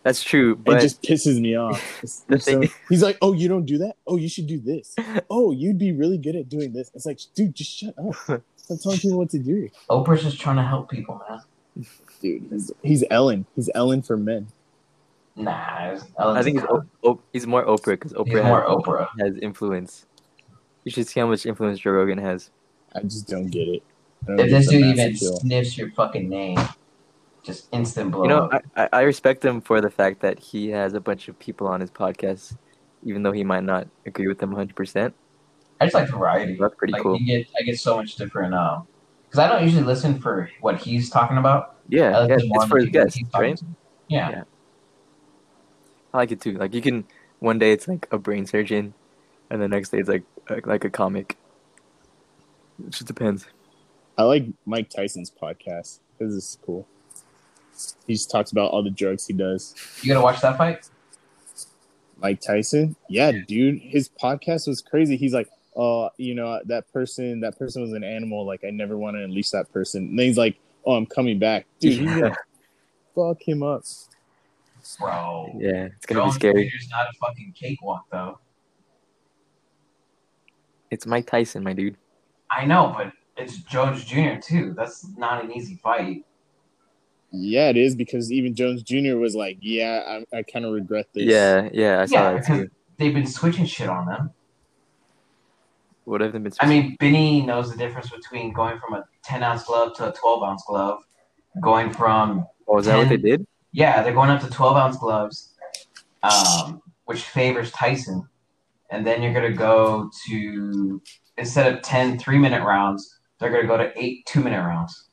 That's true, it but just pisses me off. It's- The it's so- thing- he's like, "Oh, you don't do that? Oh, you should do this. Oh, you'd be really good at doing this." It's like, dude, just shut up. Stop telling people what to do, Oprah's just trying to help people, man. dude. He's, he's Ellen. He's Ellen for men. Nah, it's- I think he's, o- o- he's more Oprah because Oprah he's has, more Oprah. has influence. You should see how much influence Joe Rogan has. I just don't get it. I don't If get this the dude massive even appeal. sniffs your fucking name, just instant blow You know, up. I, I- I respect him for the fact that he has a bunch of people on his podcast, even though he might not agree with them 100%. I just like variety. That's pretty like cool. you get, I get so much different. Um, because I don't usually listen for what he's talking about. I Yeah, yeah listen more it's on for his the people guests, he's talking right? to. Yeah. Yeah. I like it too. Like, you can, one day it's like a brain surgeon, and the next day it's like a, like a comic. It just depends. I like Mike Tyson's podcast. This is cool. He just talks about all the drugs he does. You gonna watch that fight? Mike Tyson, yeah, dude, his podcast was crazy. He's like, oh, you know, that person, that person was an animal. Like, I never want to unleash that person. And then he's like, oh, I'm coming back, dude. He's gonna fuck him up. Bro. Yeah, it's going to John be scary. Cena's not a fucking cakewalk though. It's Mike Tyson, my dude. I know, but it's Jones Jr. too. That's not an easy fight. Yeah, it is because even Jones Jr. was like, yeah, I, I kind of regret this. Yeah, yeah, I saw yeah, that because too. they've been switching shit on them. What have they been I mean, Benny knows the difference between going from a 10 ounce glove to a 12 ounce glove. Going from, Oh, is that what they did? yeah, they're going up to 12 ounce gloves, um, which favors Tyson. And then you're going to go to, instead of 10 three minute rounds, they're going to go to eight two minute rounds.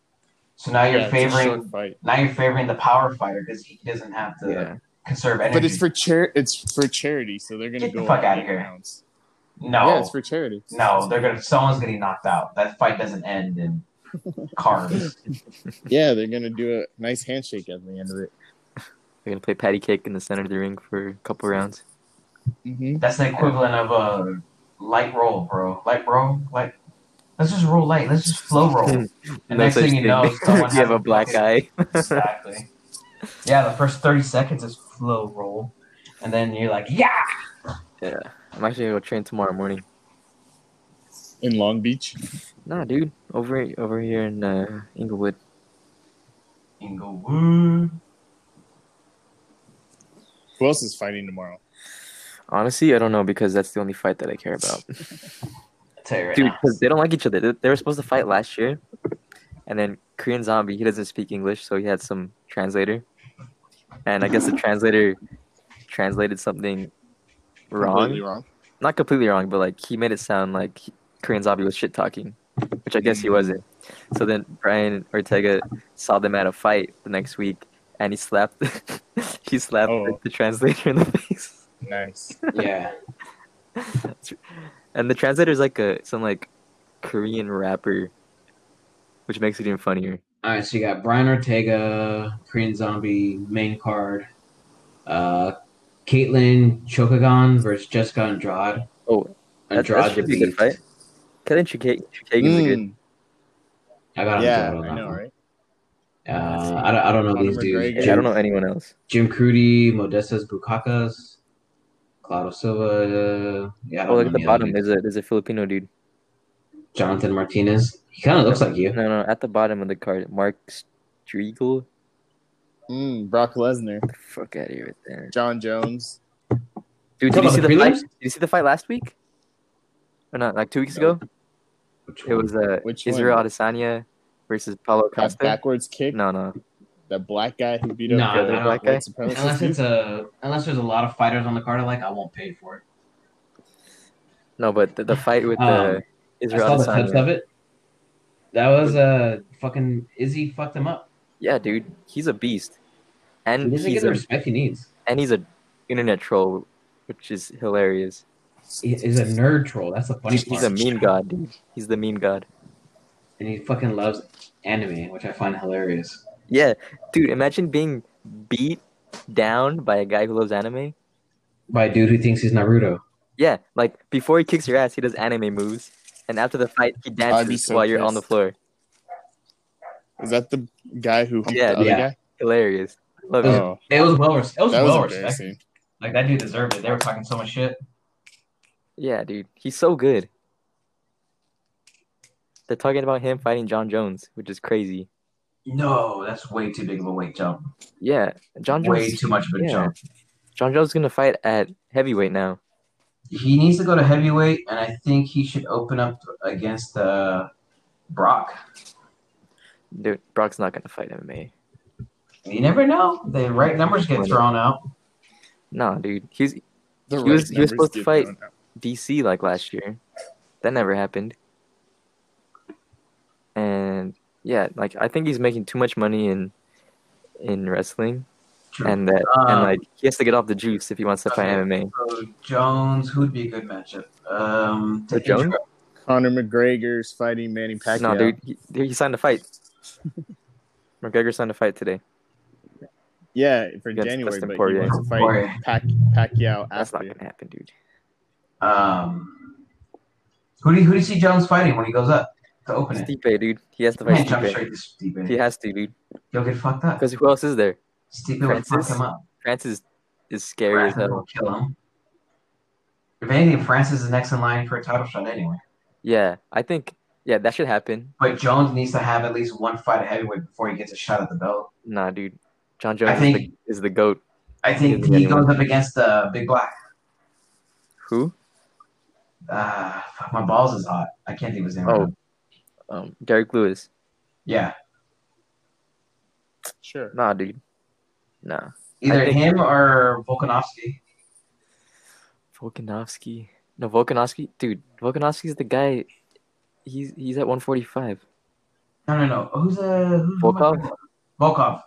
So now Yeah, you're it's a short favoring, fight. now you're favoring the power fighter because he doesn't have to Yeah. conserve energy. But it's for char- it's for charity, so they're gonna Get the go fuck all outta eight here. rounds. no, Yeah, it's for charity. no, they're going to, someone's getting knocked out. That fight doesn't end in carbs. Yeah, they're gonna do a nice handshake at the end of it. They're going to play patty cake in the center of the ring for a couple rounds. Mm-hmm. That's the equivalent of a light roll, bro. Light roll, light. Let's just roll light. Let's just slow roll. And next thing you know, someone you have a black eye. Exactly. Yeah, the first thirty seconds is slow roll, and then you're like, yeah. I'm actually gonna go train tomorrow morning. In Long Beach. Nah, dude, over over here in uh, Inglewood. Inglewood. Who else is fighting tomorrow? Honestly, I don't know because that's the only fight that I care about, I tell you right dude. now. Because they don't like each other. They, they were supposed to fight last year, and then Korean Zombie he doesn't speak English, so he had some translator, and I guess the translator translated something wrong. Completely wrong. Not completely wrong, but like he made it sound like he- Korean Zombie was shit talking, which I guess he wasn't. So then Brian Ortega saw them at a fight the next week, and he slapped he slapped Oh. the translator in the face. Nice. Yeah. And the translator is like a some like Korean rapper, which makes it even funnier. All right, so you got Brian Ortega, Korean Zombie, main card. Uh, Caitlyn Chokagon versus Jessica Andrade. Oh, That, that Andrade should be a good beat- fight. Kevin Chukagian's a good. Mm, I got yeah, Andrade on I that know, one. right? Uh, I don't, I don't know Conor these dudes. McGregor. I don't know anyone else. Jim Crudy, Modestas Bukakis, Claudio Silva. Uh, yeah, I don't Oh, look know at the any bottom. other dudes. There's a there's a Filipino dude. Jonathan Martinez. He kind of looks like you. No, no, at the bottom of the card, Mark Striegel. Mm, Brock Lesnar, The fuck out of here right there, John Jones. dude. Did Talking you see the about the fight? prelims? Did you see the fight last week? Or not? Like two weeks No. ago? Which It one? was uh, Which Israel one? Adesanya versus Paulo That Costa. backwards kick. No, no. That black guy who beat up Nah, the I other don't- black guy. Unless it's a unless there's a lot of fighters on the card I like, I won't pay for it. No, but the, the fight with Um, the I Israel saw the clips Adesanya. of it. That was uh fucking Izzy fucked him up. Yeah, dude. He's a beast. He And doesn't get he's the a, respect he needs. and he's a internet troll, which is hilarious. He, he's a nerd troll. That's the funny part. He's a meme god, dude. He's the meme god. and he fucking loves anime, which I find hilarious. Yeah, dude, imagine being beat down by a guy who loves anime. By a dude who thinks he's Naruto. Yeah, like before he kicks your ass, he does anime moves, and after the fight, he be dances so while you're on the pissed. floor. Is that the guy who humped Yeah, the other yeah. guy? Hilarious. Love it. Oh, It was well, res- it was that well was respected. embarrassing. Like that dude deserved it. They were talking so much shit. Yeah, dude, he's so good. They're talking about him fighting John Jones, which is crazy. No, that's way too big of a weight jump. Yeah, John Jones. Way too much of a yeah. jump. John Jones is gonna fight at heavyweight now. He needs to go to heavyweight, and I think he should open up against uh, Brock. Dude, Brock's not gonna fight MMA. You never know. The right numbers get thrown out. Nah, dude, he's The He was- right he was numbers supposed to get fight- thrown out. DC like last year. That never happened. And yeah, like I think he's making too much money in in wrestling, True. and that and Um, like he has to get off the juice if he wants to fight okay. MMA. So Jones, who would be a good matchup? Um, So Jones? Conor McGregor's fighting Manny Pacquiao. No, dude, he, dude, he signed a fight. McGregor signed a fight today. Yeah, for Against January, Dustin but Poirier. he wants to Poirier. fight Pac- Pacquiao That's not after. gonna happen, dude. Um, who do you, who do you see Jones fighting when he goes up to open it? Stipe, dude, he has to He fight can't jump Stipe. straight to Stipe. He has to, dude, He'll get fucked up. because who else is there? Stipe would fuck Francis? him up. Francis is scary as Francis hell. will kill him. If anything, Francis is next in line for a title shot anyway. Yeah, I think yeah that should happen. But Jones needs to have at least one fight at heavyweight before he gets a shot at the belt. Nah, dude, John Jones is, think- the, is the goat. I think he goes up against uh, Big Black. Who? Ah, fuck, my balls is hot. I can't think of his name. Oh. now. um Derek Lewis. Yeah. Sure. Nah, dude. Nah. Either I think- him or Volkanovski. Volkanovski. No, Volkanovski. Dude, Volkanovski's the guy. He's he's at 145. No, no, no. Who's uh, who's Volkov? Volkov.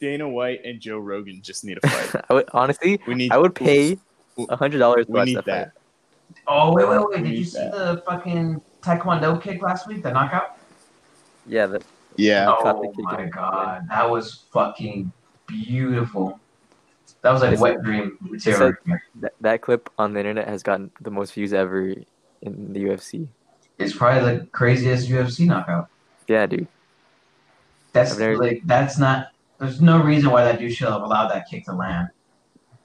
Dana White and Joe Rogan just need a fight. I would honestly, We need. I would pay w- hundred dollars to We watch need that, that. Oh wait, wait, wait! We Did you need see that. the fucking taekwondo kick last week? The knockout? fight. Yeah, that, Yeah. caught the Oh kick my in. god, that was fucking beautiful. That was like It's- wet dream material. like- right there. that that clip on the internet has gotten the most views ever in the UFC. It's probably the craziest UFC knockout. Yeah, dude. That's I've never- like that's not. There's no reason why that dude should have allowed that kick to land.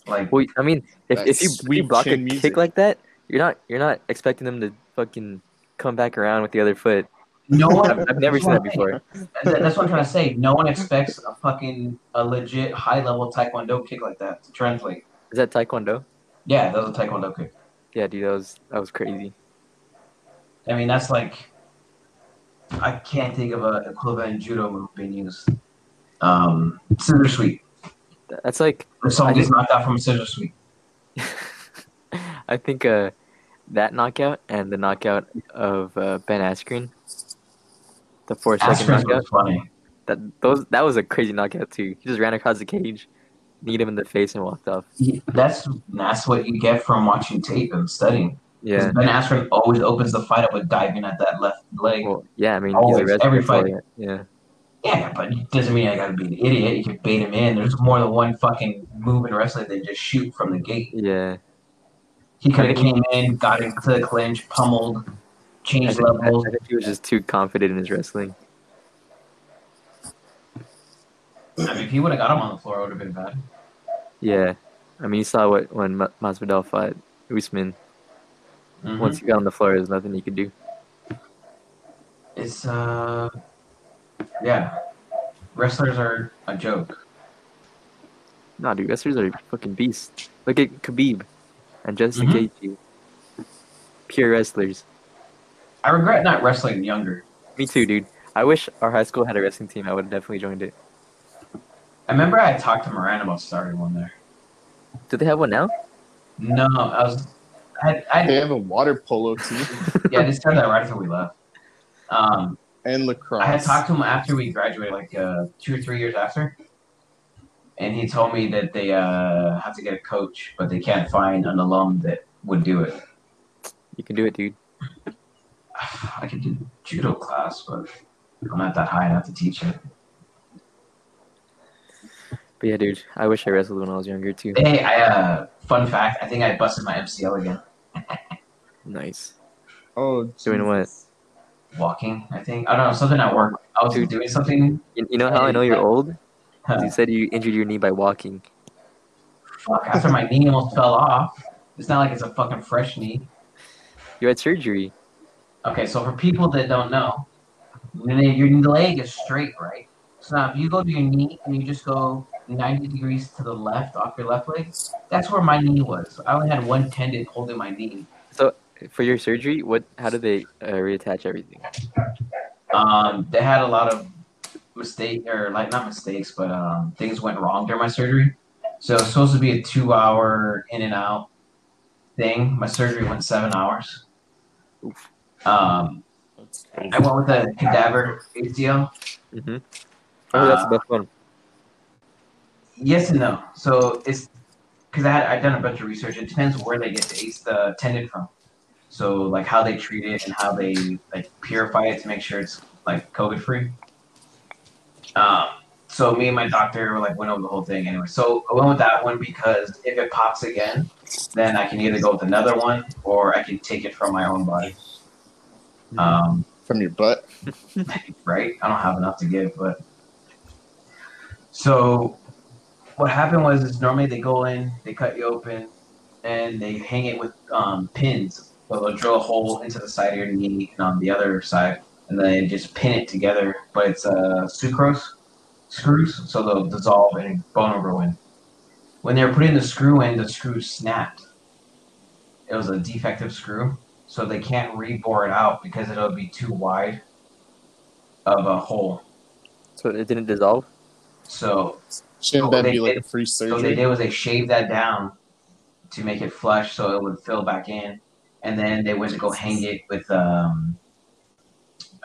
Like Well, I mean, if, That if you if you sweet block a chin kick music. like that, you're not you're not expecting them to fucking come back around with the other foot. no one. I've, I've never that's seen that what I'm before. saying. That- That's what I'm trying to say. No one expects a fucking a legit high level taekwondo kick like that to translate. Is that Taekwondo? Yeah, that was a taekwondo kick. Yeah, dude, that was that was crazy. I mean, that's like I can't think of an equivalent judo move being used. Um, scissor sweep. That's like If I someone just- gets knocked out from a scissor sweep, I think uh, that knockout and the knockout of uh, Ben Askren, the four second Askren's knockout. was funny. That those that was a crazy knockout too. He just ran across the cage, kneed him in the face, and walked off. He- That's that's what you get from watching tape and studying. 'Cause Yeah. Ben Askren always opens the fight up with diving at that left leg. Well, yeah. I mean, he's Always, a Oh, every wrestler. so fight. Yeah. Yeah, but it doesn't mean I gotta be an idiot. You can bait him in. There's more than one fucking move in wrestling than just shoot from the gate. Yeah. He could have came in, got into the clinch, pummeled, yeah. I, changed think, I- levels. I think he was just too confident in his wrestling. I mean, if he would have got him on the floor, it would have been bad. Yeah. I mean, you saw what when Ma- Masvidal fought Usman. Mhm. Once he got on the floor, there's nothing he could do. It's uh, yeah, wrestlers are a joke. Nah, dude, wrestlers are fucking beasts. Look at Khabib and Justin Mhm. Gaethje. Pure wrestlers. I regret not wrestling younger. Me too, dude. I wish our high school had a wrestling team. I would have definitely joined it. I remember I talked to Moran about starting one there. Do they have one now? No, I was, I, They I have a water polo team yeah, I just said that right after we left. Um, and lacrosse. I had talked to him after we graduated, like uh, two or three years after, and he told me that they uh, have to get a coach, but they can't find an alum that would do it. You can do it, dude. I could do judo class, but I'm not that high enough to teach it. But yeah, dude, I wish I wrestled when I was younger too. Hey, I uh, fun fact: I think I busted my MCL again. Nice. Oh, Doing what? Walking, I think. I don't know something at work. I was doing something. You, you know how I know you're old? 'Cause Huh. You said you injured your knee by walking. Fuck! After my knee almost fell off. It's not like it's a fucking fresh knee. You had surgery. Okay, so for people that don't know, your knee- your leg is straight, right? So now if you go to your knee and you just go 90 degrees to the left off your left leg, that's where my knee was. I only had one tendon holding my knee. For your surgery, what? How did they uh, reattach everything? Um, they had a lot of mistake or like not mistakes, but um, things went wrong during my surgery. So it was supposed to be a two-hour in and out thing. My surgery went seven hours. Um, I went with a cadaver ACL. hmm Oh, that's Uh, the best one. Yes and no. So it's because I had I've done a bunch of research. It depends where they get the ace the tendon from. So like how they treat it and how they like purify it to make sure it's like COVID free. Um, so me and my doctor were like went over the whole thing anyway. So I went with that one because if it pops again, then I can either go with another one or I can take it from my own body. Um, from your butt. right? I don't have enough to give, but so what happened was is normally they go in, they cut you open, and they hang it with um, pins. So they'll drill a hole into the side of your knee and on the other side, and then they just pin it together. But it's uh, sucrose screws, so they'll dissolve and bone will grow in. When they were putting the screw in, the screw snapped. It was a defective screw, so they can't rebore it out because it'll be too wide of a hole. So it didn't dissolve. So, Shouldn't Oh, that they be like a did- free so what they surgery? did was they shaved that down to make it flush so it would fill back in, and then they went to go hang it with um,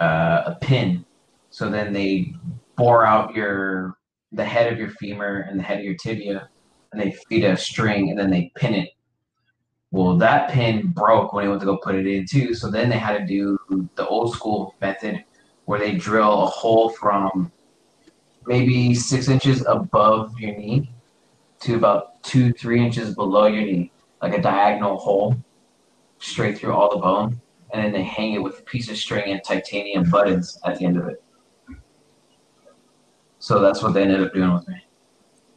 uh, a pin. So then they bore out your the head of your femur and the head of your tibia, and they feed a string and then they pin it. Well, that pin broke when they went to go put it in too. So then they had to do the old school method where they drill a hole from maybe six inches above your knee to about two, three inches below your knee, like a diagonal hole straight through all the bone. And then they hang it with a piece of string and titanium buttons at the end of it. So that's what they ended up doing with me.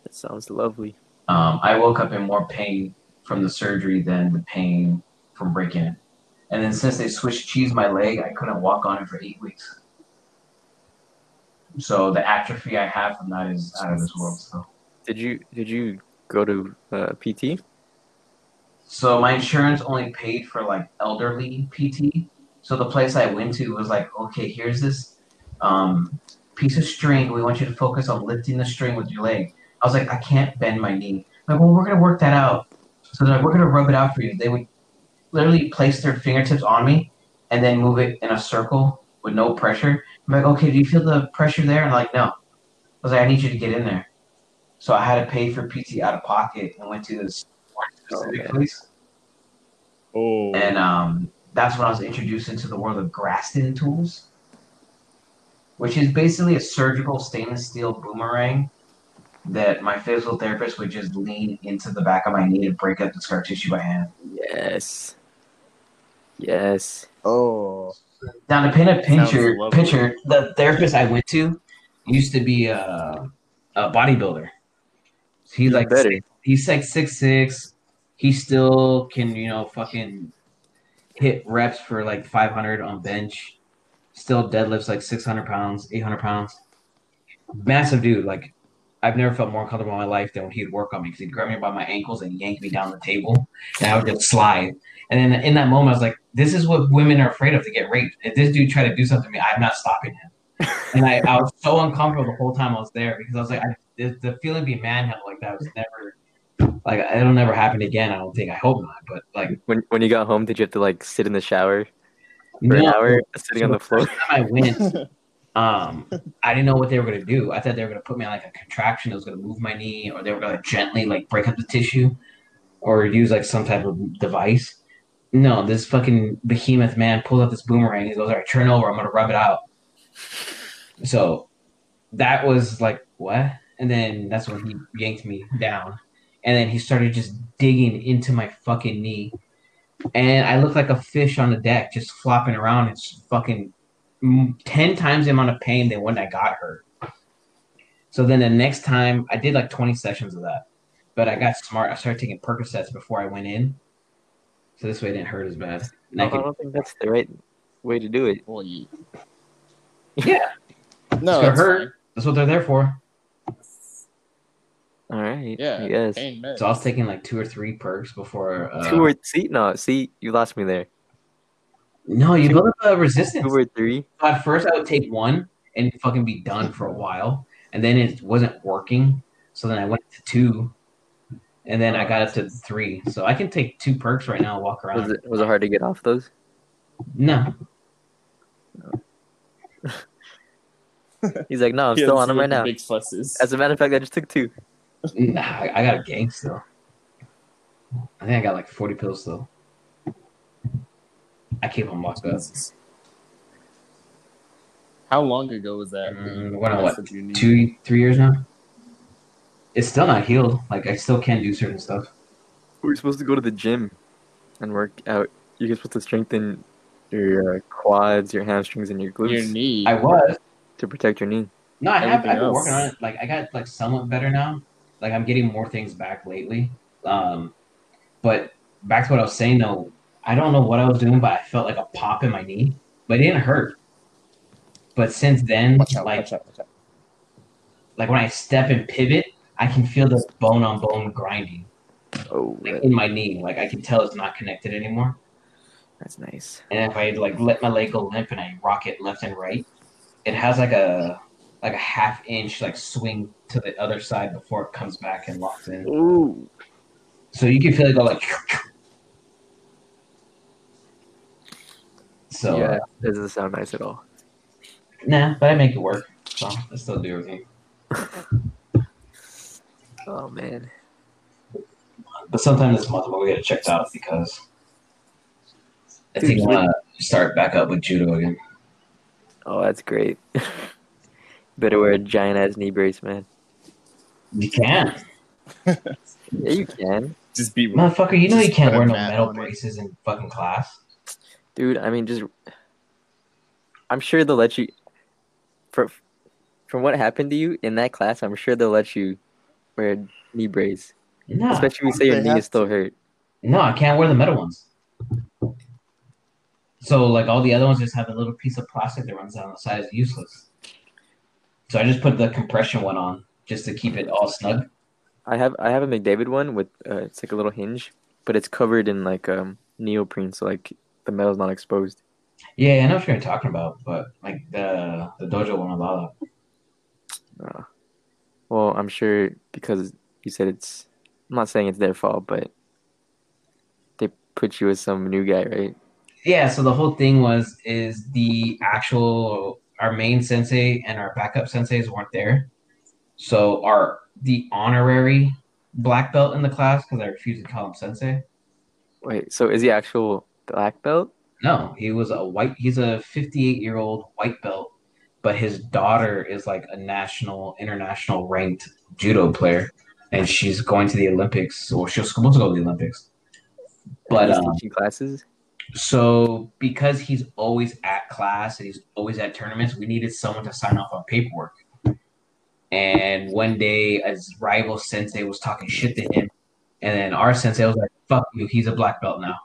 That sounds lovely. Um, I woke up in more pain from the surgery than the pain from breaking it. And then since they switched cheese my leg, I couldn't walk on it for eight weeks. So the atrophy I have from that is out of this world. So, Did you did you go to uh, PT? so my insurance only paid for like elderly PT. So the place I went to was like, okay, here's this um, piece of string. We want you to focus on lifting the string with your leg. I was like, I can't bend my knee. Like, well, we're gonna work that out. So they're like, we're gonna rub it out for you. They would literally place their fingertips on me and then move it in a circle with no pressure. I'm like, okay, do you feel the pressure there? And like, no. I was like, I need you to get in there. So I had to pay for PT out of pocket and went to this specific Okay. place. Oh, And um, that's when I was introduced into the world of Graston tools, which is basically a surgical stainless steel boomerang that my physical therapist would just lean into the back of my knee to break up the scar tissue by hand. Yes. Yes. oh, Now to paint a Sounds picture, lovely. picture the therapist I went to used to be a, a bodybuilder. He's like better. he's like six six. He still can you know fucking hit reps for like five hundred on bench. Still deadlifts like six hundred pounds, eight hundred pounds. Massive dude. Like I've never felt more comfortable in my life than when he'd work on me because he'd grab me by my ankles and yank me down the table, and I would just slide. And then in that moment, I was like, "This is what women are afraid of—to get raped." If this dude tried to do something to me, I'm not stopping him. And I, I was so uncomfortable the whole time I was there because I was like, I, the, the feeling of being manhandled like that was never, like, it'll never happen again. I don't think. I hope not. But like, When when you got home, did you have to like sit in the shower for an no, hour, sitting on the floor? time I went, um, I didn't know what they were gonna do. I thought they were gonna put me on like a contraction that was gonna move my knee, or they were gonna like, gently like break up the tissue, or use like some type of device. No, this fucking behemoth man pulls out this boomerang. He goes, "All right, turn over. I'm gonna rub it out." So that was like what? And then that's when he yanked me down, and then he started just digging into my fucking knee. And I looked like a fish on the deck, just flopping around and s- fucking m- 10 times the amount of pain than when I got hurt. So then the next time I did like 20 sessions of that, but I got smart. I started taking Percocets before I went in. So this way it didn't hurt as bad. And I Oh, I could, don't think that's the right way to do it. well, you, it's no, gonna that's hurt. fine. That's what they're there for. All right. Yeah, Yes. pain meds. So I was taking like two or three perks before. Uh, Two or see no see you lost me there. no, you build up a resistance. Two or three. So at first I would take one and fucking be done for a while, and then it wasn't working. So then I went to two, and then I got up to three. So I can take two perks right now and walk around. Was it was it hard to get off those? No, He's like, no, I'm Yeah, still on this is them what right the now. Big fusses. As a matter of fact, I just took two. nah, I I got a gang still. I think I got like forty pills still. I keep them locked up. Jesus. How long ago was that? Mm, what, That's what, what you need. two, three years now? It's still not healed. Like I still can't do certain stuff. We're supposed to go to the gym and work out. You're supposed to strengthen your uh, quads, your hamstrings, and your glutes Your knee. I was. to protect your knee. No, I have. Everything I've been else. working on it. Like I got like somewhat better now. Like I'm getting more things back lately. Um, but back to what I was saying though, I don't know what I was doing, but I felt like a pop in my knee, but it didn't hurt. But since then, Watch out, like watch out, watch out. like when I step and pivot, I can feel the bone on bone grinding Oh, like in my knee. Like I can tell it's not connected anymore. that's nice. And if I like let my leg go limp and I rock it left and right, it has like a like a half inch like swing to the other side before it comes back and locks in. Ooh, So you can feel it go like. So yeah, uh, that doesn't sound nice at all. nah, but I make it work. So I still do everything. Oh man, But sometime this month we'll get it checked out because I Dude, think I want to start back up with judo again. oh that's great. Better wear a giant ass knee brace, man. You can, Yeah, you can, Just be motherfucker. You know you Just can't put a wear no mat metal on it. braces in fucking class. dude. I mean, just I'm sure they'll let you. For from what happened to you in that class, I'm sure they'll let you wear a knee brace, No, especially when you say your They knee have is still hurt. No, I can't wear the metal ones. So like all the other ones just have a little piece of plastic that runs down the side is useless. So I just put the compression one on just to keep it all snug. I have I have a McDavid one with uh, it's like a little hinge, but it's covered in like um neoprene, so like the metal's not exposed. Yeah, I know what you're talking about, but like the the dojo won't allow that. Well, I'm sure because you said it's. I'm not saying it's their fault, but they put you with some new guy, right? yeah so the whole thing was is the actual our main sensei and our backup senseis weren't there so our the honorary black belt in the class because i refused to call him sensei Wait, so is he actual black belt? no he was a white he's a 58 year old white belt but his daughter is like a national international ranked judo player and she's going to the olympics or she was supposed to go to the olympics but He's um, teaching classes. So because he's always at class and he's always at tournaments, we needed someone to sign off on paperwork. And one day, his rival sensei was talking shit to him, and then our sensei was like, "Fuck you, he's a black belt now.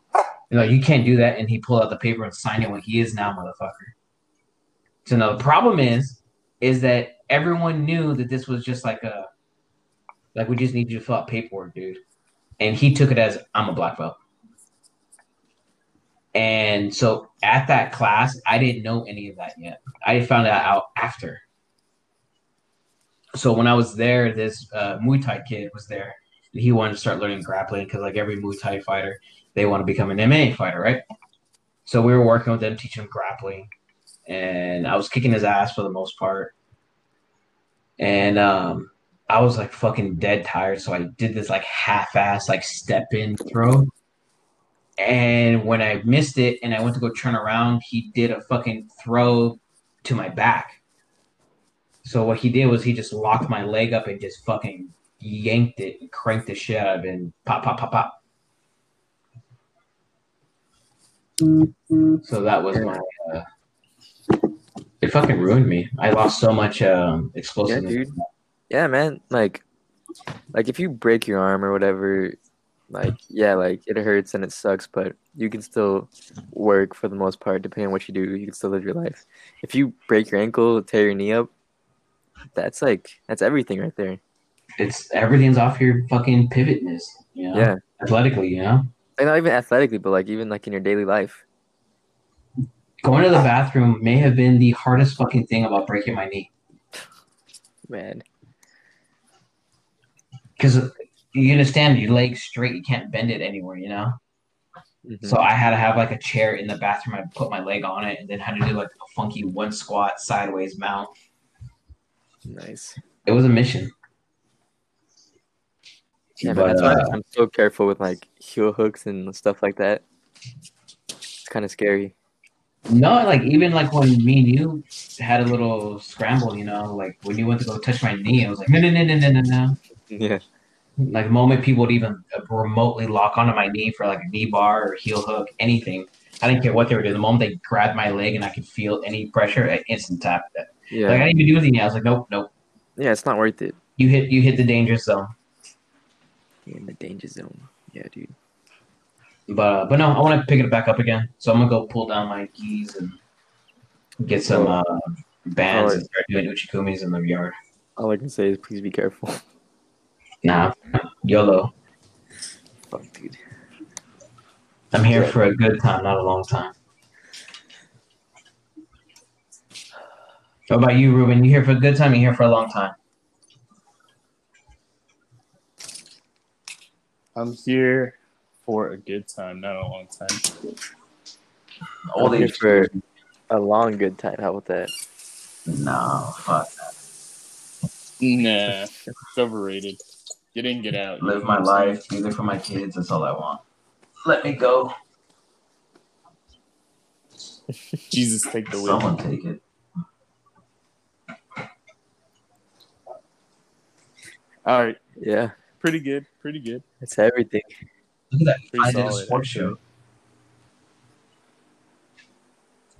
You know, you can't do that." And he pulled out the paper and signed it when he is now, motherfucker. So now the problem is, is that everyone knew that this was just like a, like we just need you to fill out paperwork, dude. And he took it as, "I'm a black belt." And so at that class, I didn't know any of that yet. I found that out after. So when I was there, this uh, Muay Thai kid was there. He wanted to start learning grappling because, like every Muay Thai fighter, they want to become an MMA fighter, right? So we were working with them, teaching him grappling, and I was kicking his ass for the most part. And um, I was like fucking dead tired, so I did this like half-ass like step in throw. And when I missed it and I went to go turn around, he did a fucking throw to my back. So what he did was he just locked my leg up and just fucking yanked it and cranked the shit out of it and pop, pop, pop, pop. So that was my. Uh, it fucking ruined me. I lost so much um, explosiveness. dude. Yeah, man. Like, like if you break your arm or whatever, like yeah, like it hurts and it sucks, but you can still work for the most part. Depending on what you do, you can still live your life. If you break your ankle, tear your knee up, that's like that's everything right there. It's everything's off your fucking pivotness. You know? Yeah, Athletically, you know. and not even athletically, but like even like in your daily life. Going to the bathroom may have been the hardest fucking thing about breaking my knee. Man, Because you understand your leg's straight, you can't bend it anywhere, you know? Mhm. So I had to have like a chair in the bathroom. I put my leg on it and then had to do like a funky one squat sideways mount. nice. It was a mission. Yeah, man, But, that's why uh, I'm so careful with like heel hooks and stuff like that. It's kind of scary. No, like even like when me and you had a little scramble, you know, like when you went to go touch my knee, I was like, no, no, no, no, no, no, no. Yeah, Like the moment people would even remotely lock onto my knee for like a knee bar or heel hook, anything, I didn't care what they were doing. The moment they grabbed my leg and I could feel any pressure, I instant tap. yeah, Like I didn't even do anything. I was like, nope, nope. yeah. It's not worth it. You hit, you hit the danger zone. In the danger zone. Yeah, dude. But uh, but no, I want to pick it back up again. So I'm gonna go pull down my keys and get some uh, bands and start doing uchikumis in the yard. All I can say is please be careful. Nah, YOLO. Fuck, dude. I'm here for a good time, not a long time. What about you, Ruben? You here for a good time? You here for a long time? I'm here for a good time, not a long time. Old I'm here age. for a long good time. How about that? No, fuck. Nah, it's overrated. Get in, get out. Live my life. Be there for my kids. That's all I want. Let me go. Jesus, take the wheel. Someone take it. All right, Yeah, pretty good, pretty good, it's everything. Look at that pretty I did a solid. sports show.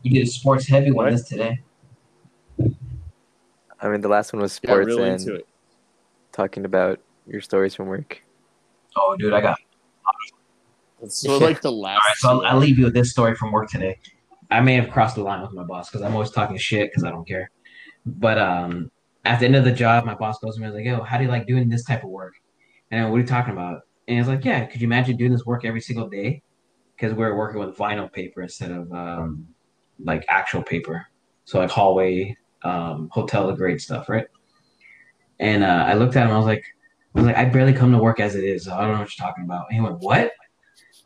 You did a sports heavy one What? this today. I mean, the last one was Got sports real and into it. talking about your stories from work. Oh, dude, I got. It's sort of like the last. All right, so I'll, one. I'll leave you with this story from work today. I may have crossed the line with my boss because I'm always talking shit because I don't care. But um, at the end of the job, my boss goes to me and is like, "Yo, how do you like doing this type of work?" And I'm, what are you talking about? And he's like, "Yeah, could you imagine doing this work every single day? Because we're working with vinyl paper instead of um, like actual paper, so like hallway, um, hotel grade stuff, right?" And uh, I looked at him. I was like, "I was like, I barely come to work as it is. So I don't know what you're talking about." And he went, "What?"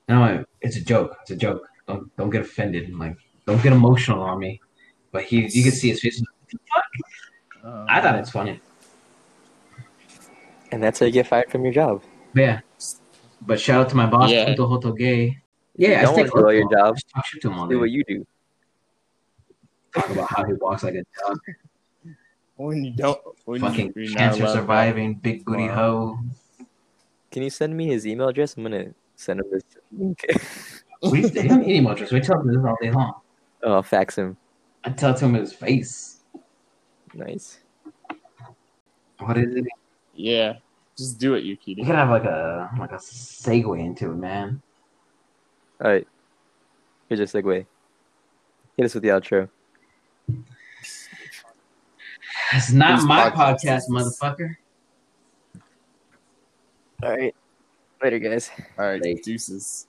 And I'm like, it's a joke. It's a joke. Don't don't get offended. And like, don't get emotional on me. But he, you could see his face. Uh, I thought it's funny. And that's how you get fired from your job. But yeah. But shout out to my boss, Yeah. Punto Hoto Gay. Yeah, don't I still wanna blow your job. Just talk shit to him all Do what day. you do. Talk about how he walks like a dog. when you don't, when Fucking you're not cancer allowed- surviving, big booty Wow. hoe. Can you send me his email address? I'm gonna send him this. Okay. We they don't need email address. We tell him this all day long. Oh, I'll fax him. I tell him his face. Nice. What is it? Yeah, just do it, Yukita. You gotta have like a like a segue into it, man. All right. Here's your segue. Hit us with the outro. It's not These my podcast, podcasts. motherfucker. All right. Later, guys. All right, deuces.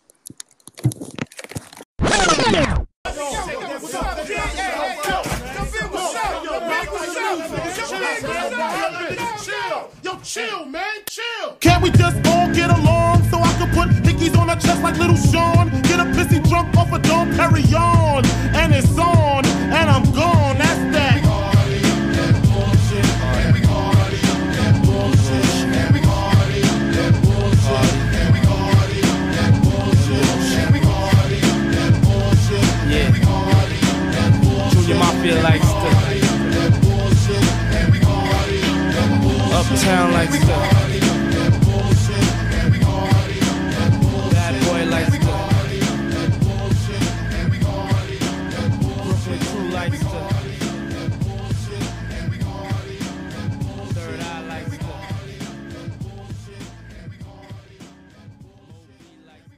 Can't we just all get along so I can put hickeys on her chest like little Sean? Get a pissy drunk off a don't carry on, and it's on, and I'm gone. That's that. Junior Mafia likes to. Uptown likes to. Bad boy likes to. Brooklyn crew likes to. Third eye likes to. Low-key likes to.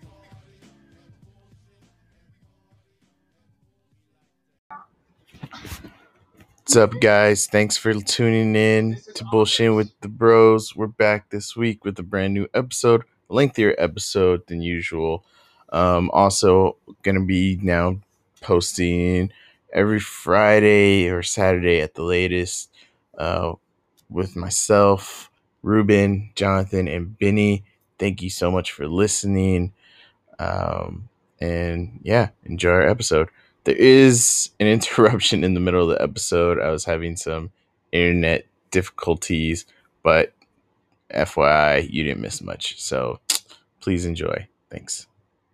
What's up, guys? Thanks for tuning in to Bullshit with the Bros. We're back this week with a brand new episode, a lengthier episode than usual. Um, also, going to be now posting every Friday or Saturday at the latest uh, with myself, Ruben, Jonathan, and Benny. Thank you so much for listening. Um, and yeah, enjoy our episode there is an interruption in the middle of the episode. I was having some internet difficulties, but FYI, you didn't miss much. So please enjoy. Thanks.